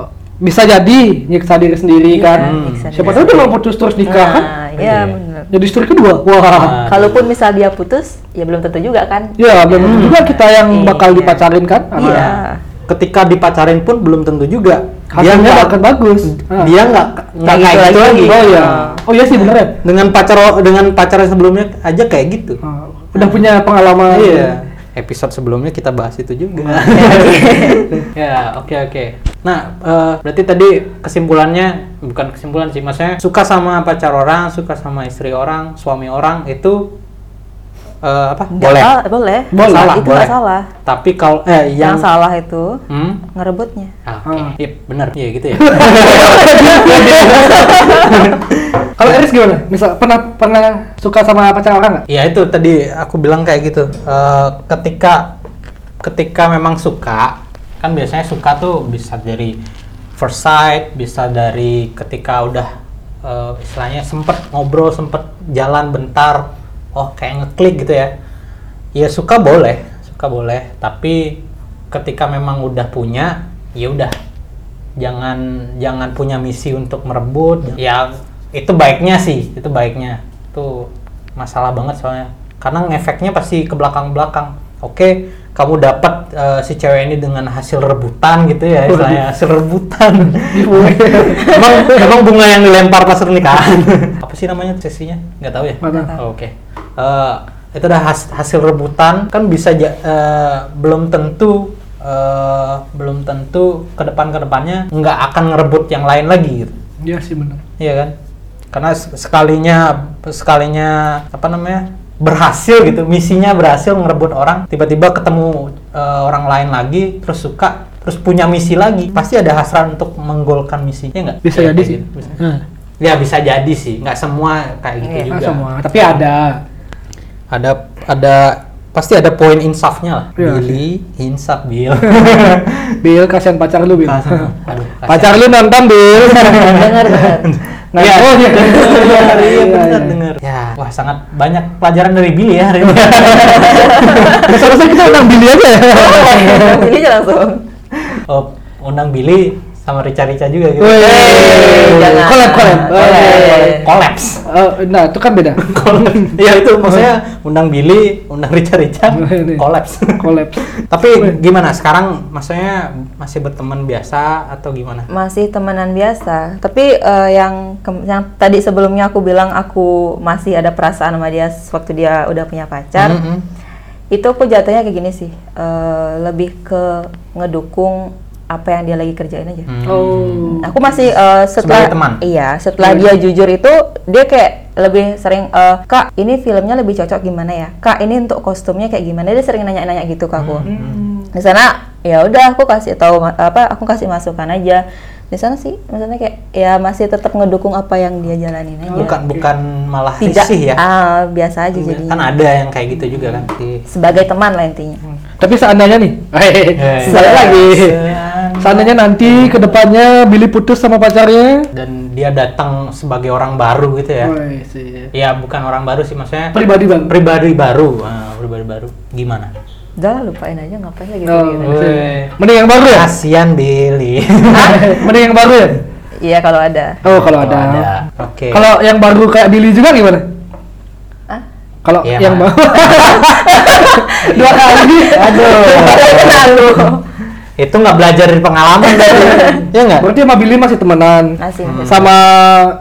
bisa jadi nyiksa diri sendiri kan Hmm. Nyiksa siapa tahu diri dia mau putus terus nikah kan Iya, Nah, ya Iya. bener. jadi istri kedua wah Nah. Kalaupun misal dia putus, ya belum tentu juga kan. ya Iya. belum tentu juga kita yang bakal Iya. dipacarin kan sama- Iya. Ketika dipacarin pun belum tentu juga. Dia hasilnya nggak bakal bagus Ah. dia nggak nggak gitu kayak gitu lagi. lagi. oh ya oh iya sih bener ya Dengan pacar dengan pacar yang sebelumnya aja kayak gitu. Ah, udah punya pengalaman Iya. Episode sebelumnya kita bahas itu juga. ya, oke oke. Nah, eh, berarti tadi kesimpulannya bukan kesimpulan sih, maksudnya suka sama pacar orang, suka sama istri orang, suami orang itu eh, apa? Nggak boleh. salah- boleh. Boleh. Nggak Salah, itu boleh. nggak salah. Tapi kalau eh yang, Yang salah itu Hmm? ngerebutnya. Ah, Oke, Ah. Iya, bener. Iya gitu ya. kalau Eris gimana misal pernah pernah suka sama pacar orang nggak Ya itu tadi aku bilang kayak gitu. Eh, ketika ketika memang suka, kan biasanya suka tuh bisa dari first sight, bisa dari ketika udah eh, istilahnya sempet ngobrol, sempet jalan bentar, oh kayak ngeklik gitu ya. Ya suka boleh, suka boleh, tapi ketika memang udah punya, ya udah jangan jangan punya misi untuk merebut ya itu baiknya sih itu baiknya itu masalah banget soalnya karena ngefeknya pasti ke belakang belakang oke kamu dapat eh, si cewek ini dengan hasil rebutan gitu ya istilahnya hasil rebutan emang emang bunga yang dilempar pas pernikahan apa sih namanya sesinya nggak tahu ya Nggak tahu. Oh, Oke. Eh, itu udah has- hasil rebutan kan bisa ja- eh, belum tentu eh, belum tentu ke depan ke depannya nggak akan ngerebut yang lain lagi gitu. iya sih bener Iya kan? Karena se- sekalinya sekalinya apa namanya? berhasil gitu, misinya berhasil ngerebut orang, tiba-tiba ketemu eh, orang lain lagi terus suka, terus punya misi lagi. Pasti ada hasrat untuk menggolkan misinya nggak? bisa Iya, jadi kayak sih gitu. Bisa. Hmm. Ya bisa jadi sih, nggak semua kayak gitu Iya, Nggak juga. semua tapi ada ada ada pasti ada poin insafnya lah Iya. Billy insaf Bill Bill kasihan pacar lu Bill Kasihan. Iya. Aduh, kasihan. pacar lu nonton Bill Dengar dengar. Nah, oh, iya. dengar, iya, Iya, benar, iya. dengar. Ya, wah sangat banyak pelajaran dari Billy ya hari ini. seharusnya kita undang Billy aja ya Oh, Ini aja langsung. oh, undang Billy sama Rica Rica juga gitu. Wih. Eh, jangan. Collab, collab. Collab. Collapse. Eh, nah itu kan beda Collapse. ya itu maksudnya undang Billy, undang Rica Rica, Ini. collapse. collapse Tapi gimana sekarang maksudnya masih berteman biasa atau gimana? masih temenan biasa tapi eh, yang ke- yang tadi sebelumnya aku bilang aku masih ada perasaan sama dia waktu dia udah punya pacar Mm-mm. Mm-hmm. itu aku jatuhnya kayak gini sih eh, lebih ke ngedukung apa yang dia lagi kerjain aja Hmm. oh aku masih eh, setelah Sebagai teman? iya setelah dia jujur itu dia kayak lebih sering eh, kak ini filmnya lebih cocok gimana ya kak ini untuk kostumnya kayak gimana dia sering nanya-nanya gitu ke aku Hmm. di sana ya udah aku kasih tahu ma- apa aku kasih masukan aja di sana sih maksudnya kayak ya masih tetap ngedukung apa yang dia jalanin aja bukan bukan malah tidak risih ya ah, biasa aja jadi kan ada Hmm. yang kayak gitu juga kan di sebagai teman lah intinya Tapi seandainya nih, Eh. saya Iya. lagi. Seandainya nanti kedepannya Billy putus sama pacarnya, dan dia datang sebagai orang baru gitu ya Woi, sih. ya bukan orang baru sih maksudnya pribadi bang. pribadi baru Ah, pribadi baru gimana udah lah, lupain aja ngapain lagi Oh, gitu Woi. Mending yang baru ya? kasian Billy Mending yang baru ya? iya kalau ada Oh kalau Kalau ada. oke Kalau yang baru kayak Billy juga gimana? ah Kalau Iya, yang Mas. baru dua kali, lalu itu nggak belajar dari pengalaman tadi ya Iya nggak Berarti sama Billy masih temenan. masih Sama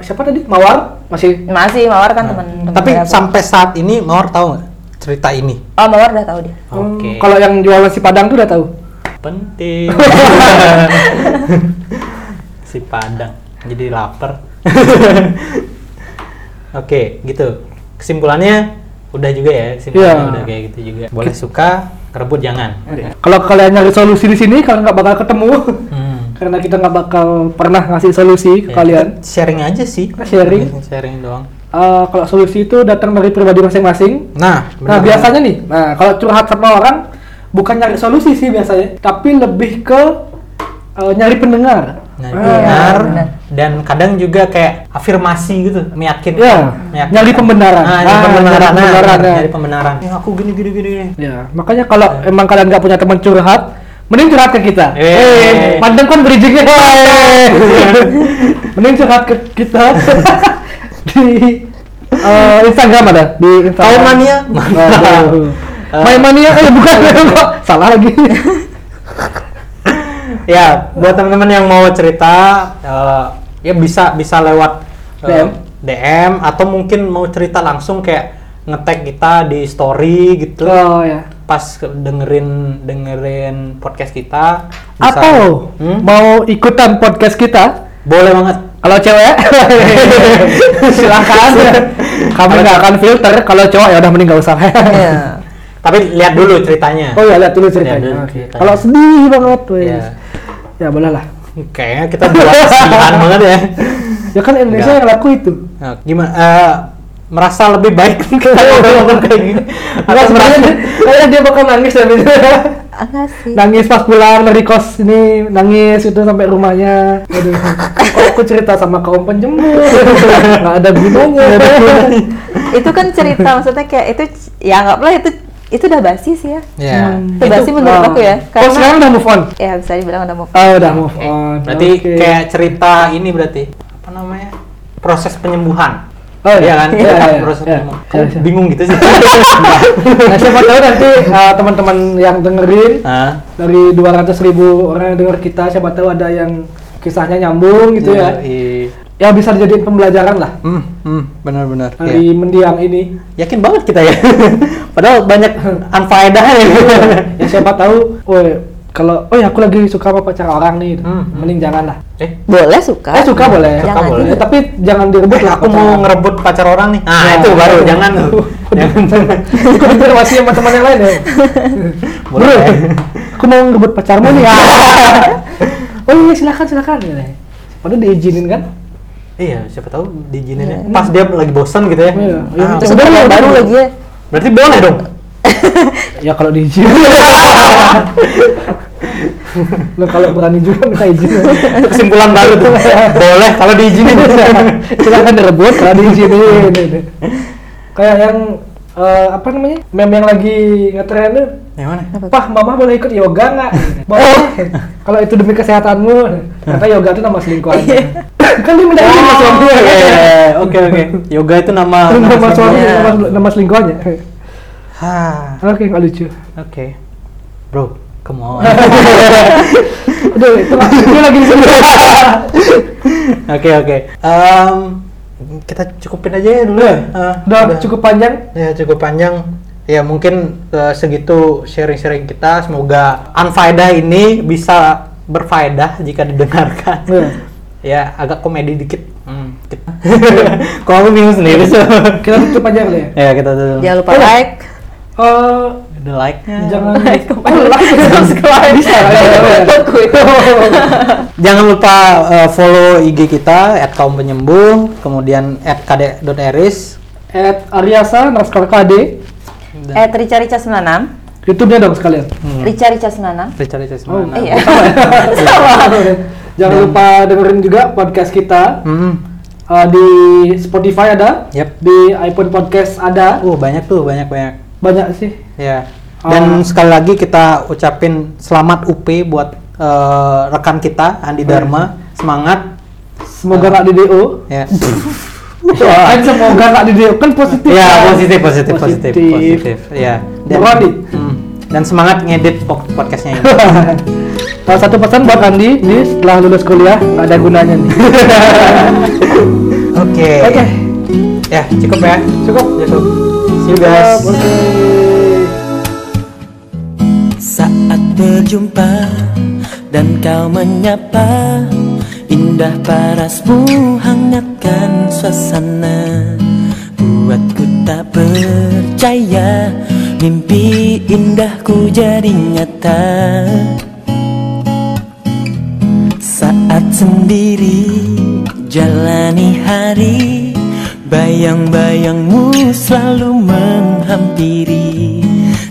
siapa tadi? Mawar masih. masih Nah, mawar kan teman teman Nah. tapi saya aku. sampai saat ini Mawar tahu nggak cerita ini oh mawar udah tahu dia oke Hmm, Kalau yang jualan si Padang tuh udah tahu. penting si Padang jadi lapar oke gitu kesimpulannya udah juga ya kesimpulannya Iya. udah kayak gitu juga boleh suka rebut jangan Kalau kalian nyari solusi di sini, kalian nggak bakal ketemu Hmm. karena kita nggak bakal pernah ngasih solusi ke Ya, kalian. Oh, sharing aja sih Sharing. sharing doang Eh, kalau solusi itu datang dari pribadi masing-masing. nah Nah benar. biasanya nih, nah kalau curhat sama orang bukan nyari solusi sih biasanya, tapi lebih ke eh, nyari pendengar. Nah, Ah, benar. benar. dan kadang juga kayak afirmasi gitu meyakinkan, Ya, meyakinkan. nyari pembenaran. Ah, Ah, nyari pembenaran nyari nah, pembenaran, ya. nyari pembenaran ya aku gini gini gini gini. Ya, makanya kalau emang kalian nggak punya teman curhat, mending curhat ke kita. Eh. Eh, pandang kan berijiknya. Eh. mending curhat ke kita di eh, Instagram ada di Instagram. Kaum mania. Aduh. Eh. Main mania, eh bukan kok salah lagi. ya buat teman-teman yang mau cerita eh, ya bisa bisa lewat eh, DM. DM atau mungkin mau cerita langsung kayak ngetek kita di story gitu Oh ya. pas ke- dengerin dengerin podcast kita bisa- Atau Hmm? mau ikutan podcast kita? boleh banget Kalau cewek silakan. Kami nggak akan filter. Kalau cowok ya udah mending nggak usah. Iya. tapi lihat dulu ceritanya oh ya lihat dulu Lihat Iya, dulu ceritanya. Oke. ceritanya. Kalau sedih banget, wes. Iya. ya boleh lah. Kayaknya kita buat kesedihan banget ya. Ya kan Indonesia Nggak. yang laku itu. Nah, gimana? eh, merasa lebih baik kita ngomong kayak gini. Enggak Atau sebenarnya merasa- dia- kayaknya dia bakal nangis ya Ah, enggak sih nangis pas pulang dari kos ini nangis itu sampai rumahnya aduh kok aku cerita sama kaum penjemur nggak ada gunanya itu kan cerita maksudnya kayak itu ya anggaplah itu itu udah basi sih ya Ya. Hmm. itu basi Oh. menurut aku ya oh sekarang udah move on ya bisa dibilang udah mau oh udah move on Eh, Berarti Oh, Oke. kayak cerita ini berarti apa namanya? Proses penyembuhan. Oh Iya iya kan? Iya, iya, Proses iya. penyembuhan. Iya, Kok iya. bingung gitu sih. Nah, siapa tahu nanti uh, teman-teman yang dengerin Nah, dari 200.000 ribu orang yang denger kita, siapa tahu ada yang kisahnya nyambung gitu iya, ya. iya. Ya bisa dijadiin pembelajaran lah Hmm, hmm, benar-benar. Iya. dari mendiang ini. Yakin banget kita ya. Padahal banyak anfaedahnya. ya siapa tahu, woi kalau, oh aku lagi suka sama pacar orang nih, Hmm, hmm. mending jangan lah. eh, boleh suka Eh suka boleh, Suka Jangan boleh. Ya, tapi jangan direbut eh, lah. aku mau ngerebut pacar orang nih. Ah, Ya. itu baru jangan tuh. jangan. Ikut informasi sama teman yang lain ya. Bro, Boleh. ya. aku mau ngerebut pacarmu nih. Ah. oh iya silakan silakan. gitu ya. Padahal diizinin kan? Iya, siapa tahu diizinin ya. Pas dia lagi bosan gitu ya. Iya, iya. Ah, Terus Udah, suka udah, yang baru udah. lagi ya berarti boleh dong. Ya kalau diizinin. Lo kalau berani juga minta izin. Itu kesimpulan baru tuh. boleh kalau diizinin. silakan direbut kalau diizinin. Kayak yang eh, apa namanya? Meme yang lagi ngetren tuh. Yang mana? Pah, mama boleh ikut yoga nggak? Boleh. Kalau itu demi kesehatanmu, kata yoga itu nama selingkuhan. kan dia minta izin sama suaminya. Oh, Iya, iya, iya. Oke, oke. Yoga itu nama Nama suami, sebenarnya. nama, nama selingkuhannya. Hah, Oke, nggak lucu. Oke. Bro, come on. Udah, itu lah. Dia lagi di sini. Oke, oke. Em, kita cukupin aja ya dulu ya. Ah, Udah cukup panjang. Ya cukup panjang. Ya mungkin eh, segitu sharing-sharing kita. Semoga anfaedah ini bisa berfaedah jika didengarkan. Iya. ya agak komedi dikit. Hmm, dikit. Kalau aku bingung sendiri so. Iya. Kita tutup aja kali ya. ya kita tutup. jangan lupa Boleh. like Eh, Ada like-nya. Jangan Like, Oh, like, subscribe. Bisa. ya, ya, ya. Jangan lupa eh, follow IG kita @kaumpemnyembuh, kemudian @kd.eris. At Ariasa Naskar KD. Eh, Rica Rica 96. YouTube-nya dong sekalian. Rica Rica 96. Hmm. Richard Oh, Sesmana. Iya. Iya. Jangan lupa dengerin juga podcast kita Hmm. Eh, di Spotify ada, Yep. di iPhone Podcast ada. Oh, banyak tuh, banyak-banyak. Banyak sih. Ya. Dan Ah. sekali lagi kita ucapin selamat UP buat eh, rekan kita Andi Dharma. Semangat. Iya. Semoga nggak di DO. Ya. kan semoga nggak di DO kan positif. ya, kan? Iya. positif, positif, positif, positif. Ya. Berani. Hmm. dan semangat ngedit pod- podcastnya ini. Salah satu pesan buat Andi, ini setelah lulus kuliah nggak ada gunanya nih. Oke. Oke, Ya, cukup ya. cukup. Cukup. See you guys. Oke. Saat berjumpa dan kau menyapa Indah parasmu hangatkan suasana Buatku tak percaya Mimpi indahku jadi nyata Saat sendiri jalani hari Bayang-bayangmu selalu menghampiri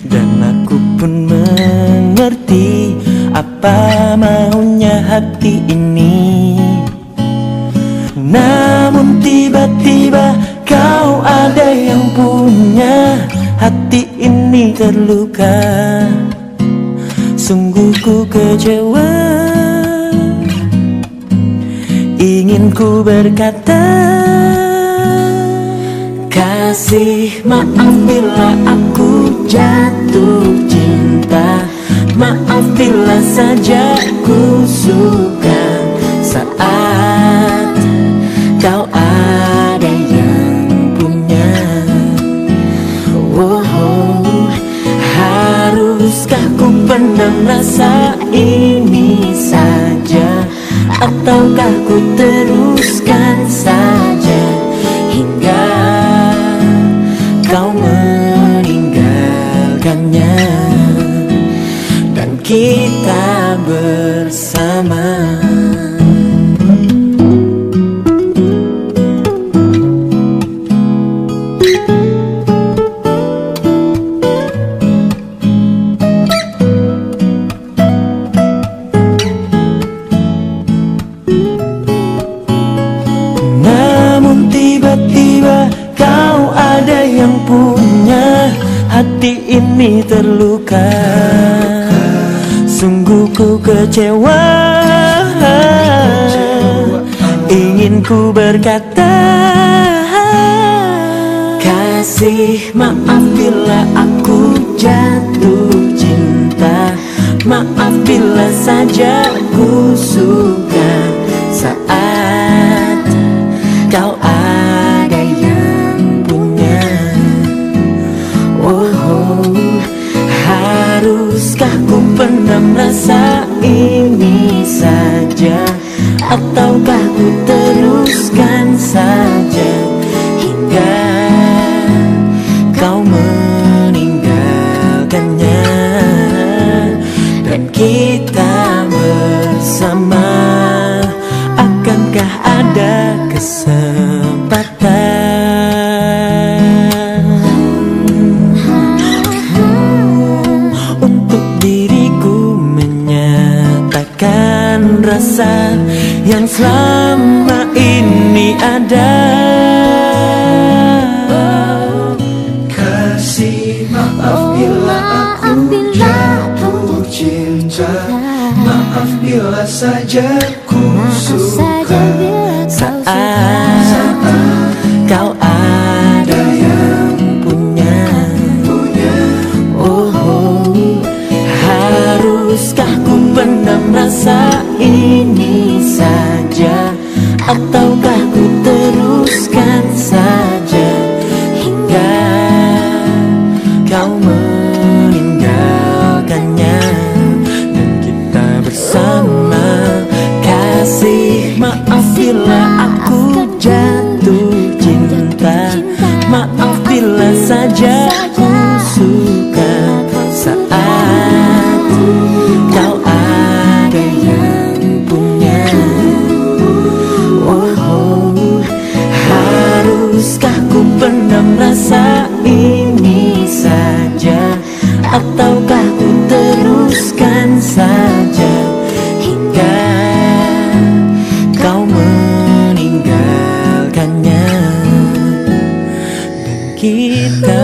Dan aku pun mengerti Apa maunya hati ini namun tiba-tiba kau ada yang punya hati ini terluka Sungguh ku kecewa Ingin ku berkata Kasih maaf bila aku jatuh cinta Maaf bila saja ku suka Saat kau ada yang punya Wow, haruskah ku pendam rasa ini saja Ataukah ku teruskan saja Hingga kau meninggalkannya Dan kita bersama Namun tiba-tiba kau ada yang punya hati ini terluka Sungguh ku kecewa Ingin ku berkata Kasih maaf bila aku jatuh cinta Maaf bila saja ku suka Saat kau ada yang punya Oh, haruskah ku pendam rasa ini saja Ataukah ku teruskan saja Hingga kau meninggalkannya Dan kita bersama Akankah ada kesempatan untuk diriku menyatakan rasa yang selama ini ada. Kasih maaf bila aku jatuh cinta, maaf bila saja ku suka saat kau ada yang punya. Oh, haruskah ku pendam rasa ini saja Ataukah ku teruskan saja Hingga kau meninggalkannya Dan kita bersama Kasih maaf bila aku jatuh cinta Maaf bila saja ku suka kita